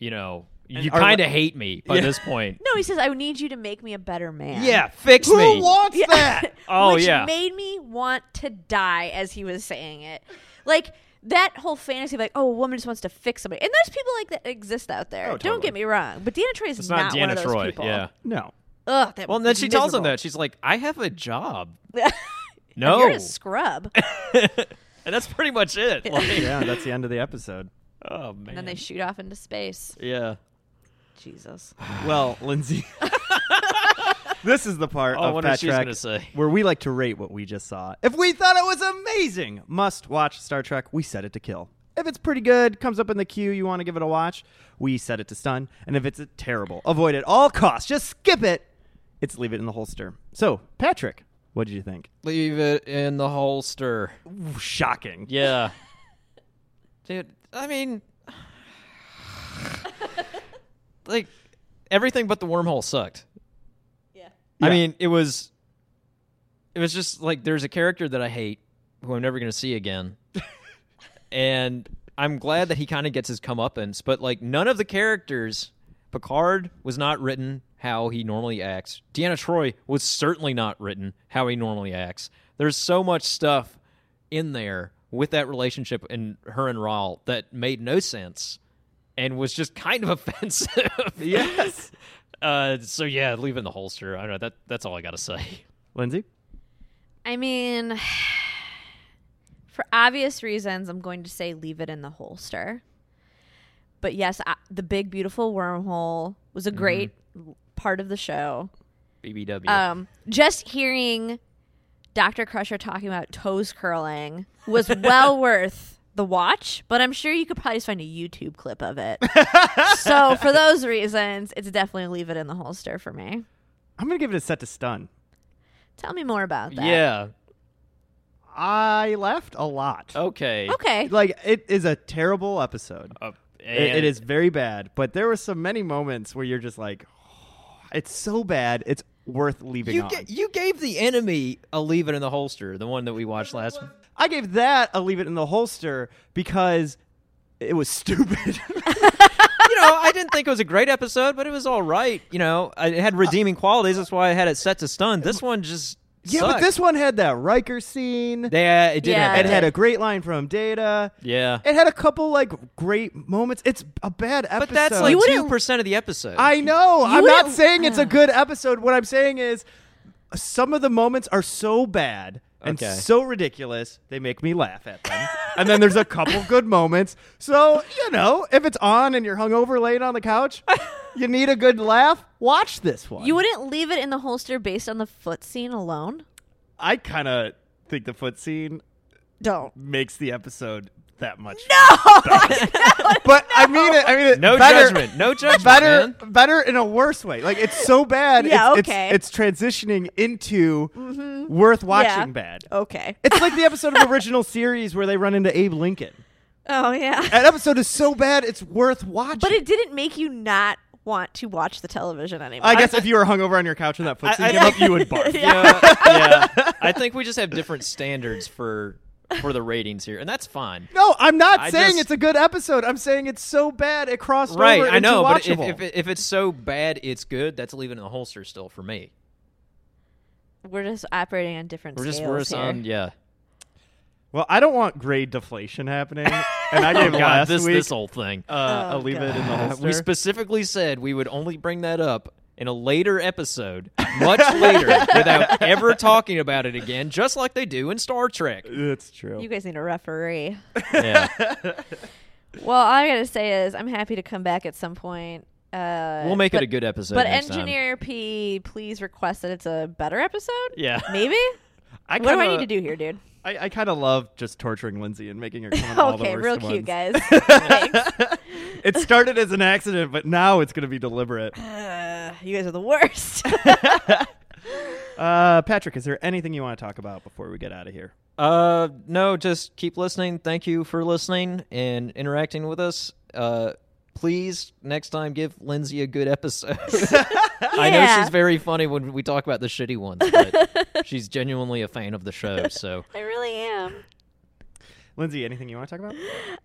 Speaker 3: you know, you
Speaker 2: our-
Speaker 3: kind of hate me by this point.
Speaker 4: No, he says, "I need you to make me a better man."
Speaker 3: Yeah, fix me.
Speaker 2: wants that?
Speaker 3: Oh,
Speaker 4: which
Speaker 3: yeah.
Speaker 4: made me want to die as he was saying it. Like that whole fantasy of like, oh, a woman just wants to fix somebody, and there's people like that exist out there. Don't get me wrong, but Deanna Troy is
Speaker 3: Oh, It's not,
Speaker 4: one
Speaker 3: Deanna
Speaker 4: of those
Speaker 3: Troy.
Speaker 4: people.
Speaker 3: Yeah.
Speaker 2: No.
Speaker 4: Ugh. That
Speaker 3: Well, and then she tells him that she's like, "I have a job." no,
Speaker 4: You're a scrub. and
Speaker 3: and that's pretty much it. Like,
Speaker 2: Yeah, that's the end of the episode.
Speaker 3: oh man.
Speaker 4: then they shoot off into space.
Speaker 3: yeah.
Speaker 4: Jesus.
Speaker 2: Well, Lindsay, this is the part
Speaker 3: Oh, I
Speaker 2: of
Speaker 3: wonder
Speaker 2: Pat
Speaker 3: what she's
Speaker 2: Trek
Speaker 3: gonna say.
Speaker 2: where we like to rate what we just saw. If we thought it was amazing, must watch Star Trek, we set it to kill. If it's pretty good, comes up in the queue, you want to give it a watch, we set it to stun. And if it's terrible, avoid at all costs. Just skip it. It's leave it in the holster. So, Patrick, what did you think?
Speaker 3: Leave it in the holster.
Speaker 2: Ooh, shocking.
Speaker 3: Yeah. Dude, I mean, like everything but the wormhole sucked.
Speaker 4: Yeah.
Speaker 2: Yeah.
Speaker 3: I mean, it was it was just like there's a character that I hate who I'm never going to see again. and I'm glad that he kind of gets his comeuppance, but like none of the characters Picard was not written how he normally acts. Deanna Troy was certainly not written how he normally acts. There's so much stuff in there with that relationship and her and Rawl that made no sense and was just kind of offensive.
Speaker 2: Yes.
Speaker 3: Uh, so yeah, leave it in the holster. I don't know. That that's all I gotta say.
Speaker 2: Lindsay?
Speaker 4: I mean, for obvious reasons, I'm going to say leave it in the holster. But yes, I, the big beautiful wormhole was a great part of the show.
Speaker 3: BBW.
Speaker 4: Um, just hearing Dr. Crusher talking about toes curling was well worth the watch, but I'm sure you could probably just find a YouTube clip of it. so for those reasons, it's definitely leave it in the holster for me.
Speaker 2: I'm gonna give it a set to stun.
Speaker 4: Tell me more about that.
Speaker 3: yeah.
Speaker 2: I laughed a lot.
Speaker 3: Okay.
Speaker 4: Okay.
Speaker 2: Like it is a terrible episode.
Speaker 3: Uh,
Speaker 2: It- it
Speaker 3: and-
Speaker 2: is very bad, but there were so many moments where you're just like, "Oh, it's so bad, it's worth leaving
Speaker 3: You,
Speaker 2: on.
Speaker 3: ga- you gave the enemy a leave it in the holster, the one that we watched last.
Speaker 2: I gave that a leave it in the holster because it was stupid.
Speaker 3: you know, I didn't think it was a great episode, but it was all right. You know, I- it had redeeming qualities. That's why I had it set to stun. This one just
Speaker 2: yeah, but
Speaker 3: sucked.
Speaker 2: this one had that Riker scene.
Speaker 3: they uh, it did
Speaker 4: Yeah,
Speaker 3: have
Speaker 2: It
Speaker 3: that.
Speaker 2: had a great line from Data.
Speaker 3: yeah.
Speaker 2: It had a couple like great moments. It's a bad episode.
Speaker 3: But that's
Speaker 4: You
Speaker 3: like
Speaker 4: wouldn't-
Speaker 3: two percent of the episode.
Speaker 2: I know. I'm not
Speaker 4: wouldn't-
Speaker 2: saying it's a good episode. What I'm saying is some of the moments are so bad and
Speaker 3: Okay.
Speaker 2: so ridiculous, they make me laugh at them. and then there's a couple good moments. So, you know, if it's on and you're hungover laying on the couch, you need a good laugh, watch this one.
Speaker 4: You wouldn't leave it in the holster based on the foot scene alone?
Speaker 2: I kind of think the foot scene
Speaker 4: Don't.
Speaker 2: makes the episode that much. No. but I mean it. I mean it.
Speaker 3: no
Speaker 2: better-
Speaker 3: judgment. No judgment.
Speaker 2: better
Speaker 3: man.
Speaker 2: better in a worse way like it's so bad
Speaker 4: Yeah,
Speaker 2: it's,
Speaker 4: okay. Mm-hmm.
Speaker 2: it's, it's transitioning into worth watching
Speaker 4: Yeah.
Speaker 2: bad
Speaker 4: Okay.
Speaker 2: it's like the episode of original series where they run into abe lincoln
Speaker 4: Oh, yeah.
Speaker 2: that episode is so bad it's worth watching
Speaker 4: But it didn't make you not want to watch the television anymore.
Speaker 2: i guess if you were hungover on your couch and that foot
Speaker 3: I-
Speaker 2: scene
Speaker 3: I-
Speaker 2: came up you would barf
Speaker 3: yeah, yeah. I think we just have different standards for for the ratings here, and that's fine.
Speaker 2: no i'm not
Speaker 3: I
Speaker 2: saying
Speaker 3: just-
Speaker 2: it's a good episode i'm saying it's so bad it crossed
Speaker 3: Right,
Speaker 2: over
Speaker 3: I know,
Speaker 2: into
Speaker 3: but if,
Speaker 2: watchable.
Speaker 3: if, it- if it's so bad it's good, that's leaving it in the holster still for me.
Speaker 4: We're just operating on different
Speaker 3: We're just
Speaker 4: scales
Speaker 3: we're just
Speaker 4: here.
Speaker 3: on yeah.
Speaker 2: well i don't want grade deflation happening and i gave
Speaker 3: Oh God,
Speaker 2: Oh, last
Speaker 3: this
Speaker 2: week
Speaker 3: this whole thing.
Speaker 2: uh, a
Speaker 4: Oh,
Speaker 2: leave it in the
Speaker 3: Uh,
Speaker 2: holster
Speaker 3: we specifically said we would only bring that up in a later episode, much later, without ever talking about it again, just like they do in Star Trek.
Speaker 2: it's true
Speaker 4: You guys need a referee.
Speaker 3: Yeah.
Speaker 4: Well, all I gotta say is I'm happy to come back at some point. Uh,
Speaker 3: We'll make
Speaker 4: but,
Speaker 3: it a good episode.
Speaker 4: But
Speaker 3: next time.
Speaker 4: engineer P, please request that it's a better episode.
Speaker 3: Yeah.
Speaker 4: Maybe.
Speaker 2: I
Speaker 4: what do I
Speaker 2: kinda-
Speaker 4: need to do here, dude?
Speaker 2: I, I kind of love just torturing Lindsay and making her come on all the
Speaker 4: Okay,
Speaker 2: worst
Speaker 4: real cute
Speaker 2: ones.
Speaker 4: guys. Thanks.
Speaker 2: It started as an accident, but now it's going to be deliberate.
Speaker 4: Uh, you guys are the worst.
Speaker 2: Uh, Patrick, is there anything you want to talk about before we get out of here?
Speaker 3: Uh, no, just keep listening. Thank you for listening and interacting with us. Uh, please next time give Lindsay a good episode. I know
Speaker 4: Yeah.
Speaker 3: she's very funny when we talk about the shitty ones, but she's genuinely a fan of the show. So
Speaker 4: I really am.
Speaker 2: Lindsay, anything you want to talk about?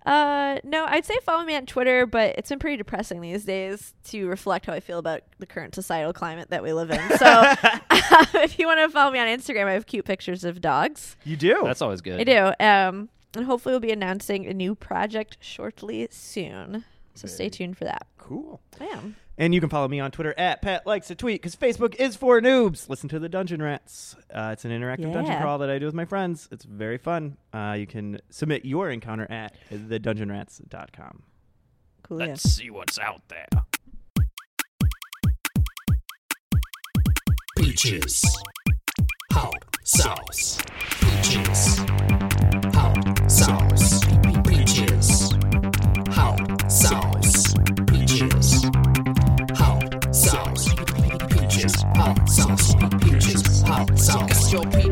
Speaker 4: Uh, no, I'd say follow me on Twitter, but it's been pretty depressing these days to reflect how I feel about the current societal climate that we live in. So, um, if you want to follow me on Instagram, I have cute pictures of dogs.
Speaker 2: You do.
Speaker 3: that's always good.
Speaker 4: I do. Um, and hopefully, we'll be announcing a new project shortly soon. So stay tuned for that.
Speaker 2: cool.
Speaker 4: I am.
Speaker 2: And you can follow me on Twitter at Pat Likes a Tweet because Facebook is for noobs. Listen to the Dungeon Rats. Uh, it's an interactive dungeon
Speaker 4: Yeah.
Speaker 2: crawl that I do with my friends. It's very fun. Uh, you can submit your encounter at thedungeonrats.com.
Speaker 4: Cool.
Speaker 1: Let's see what's out there.
Speaker 6: Peaches. Hot sauce. Peaches. Hot sauce. Peaches. Hot sauce. Peaches. Hot sauce. Peaches. Hot sauce. Peaches. Hot sauce. It's your peach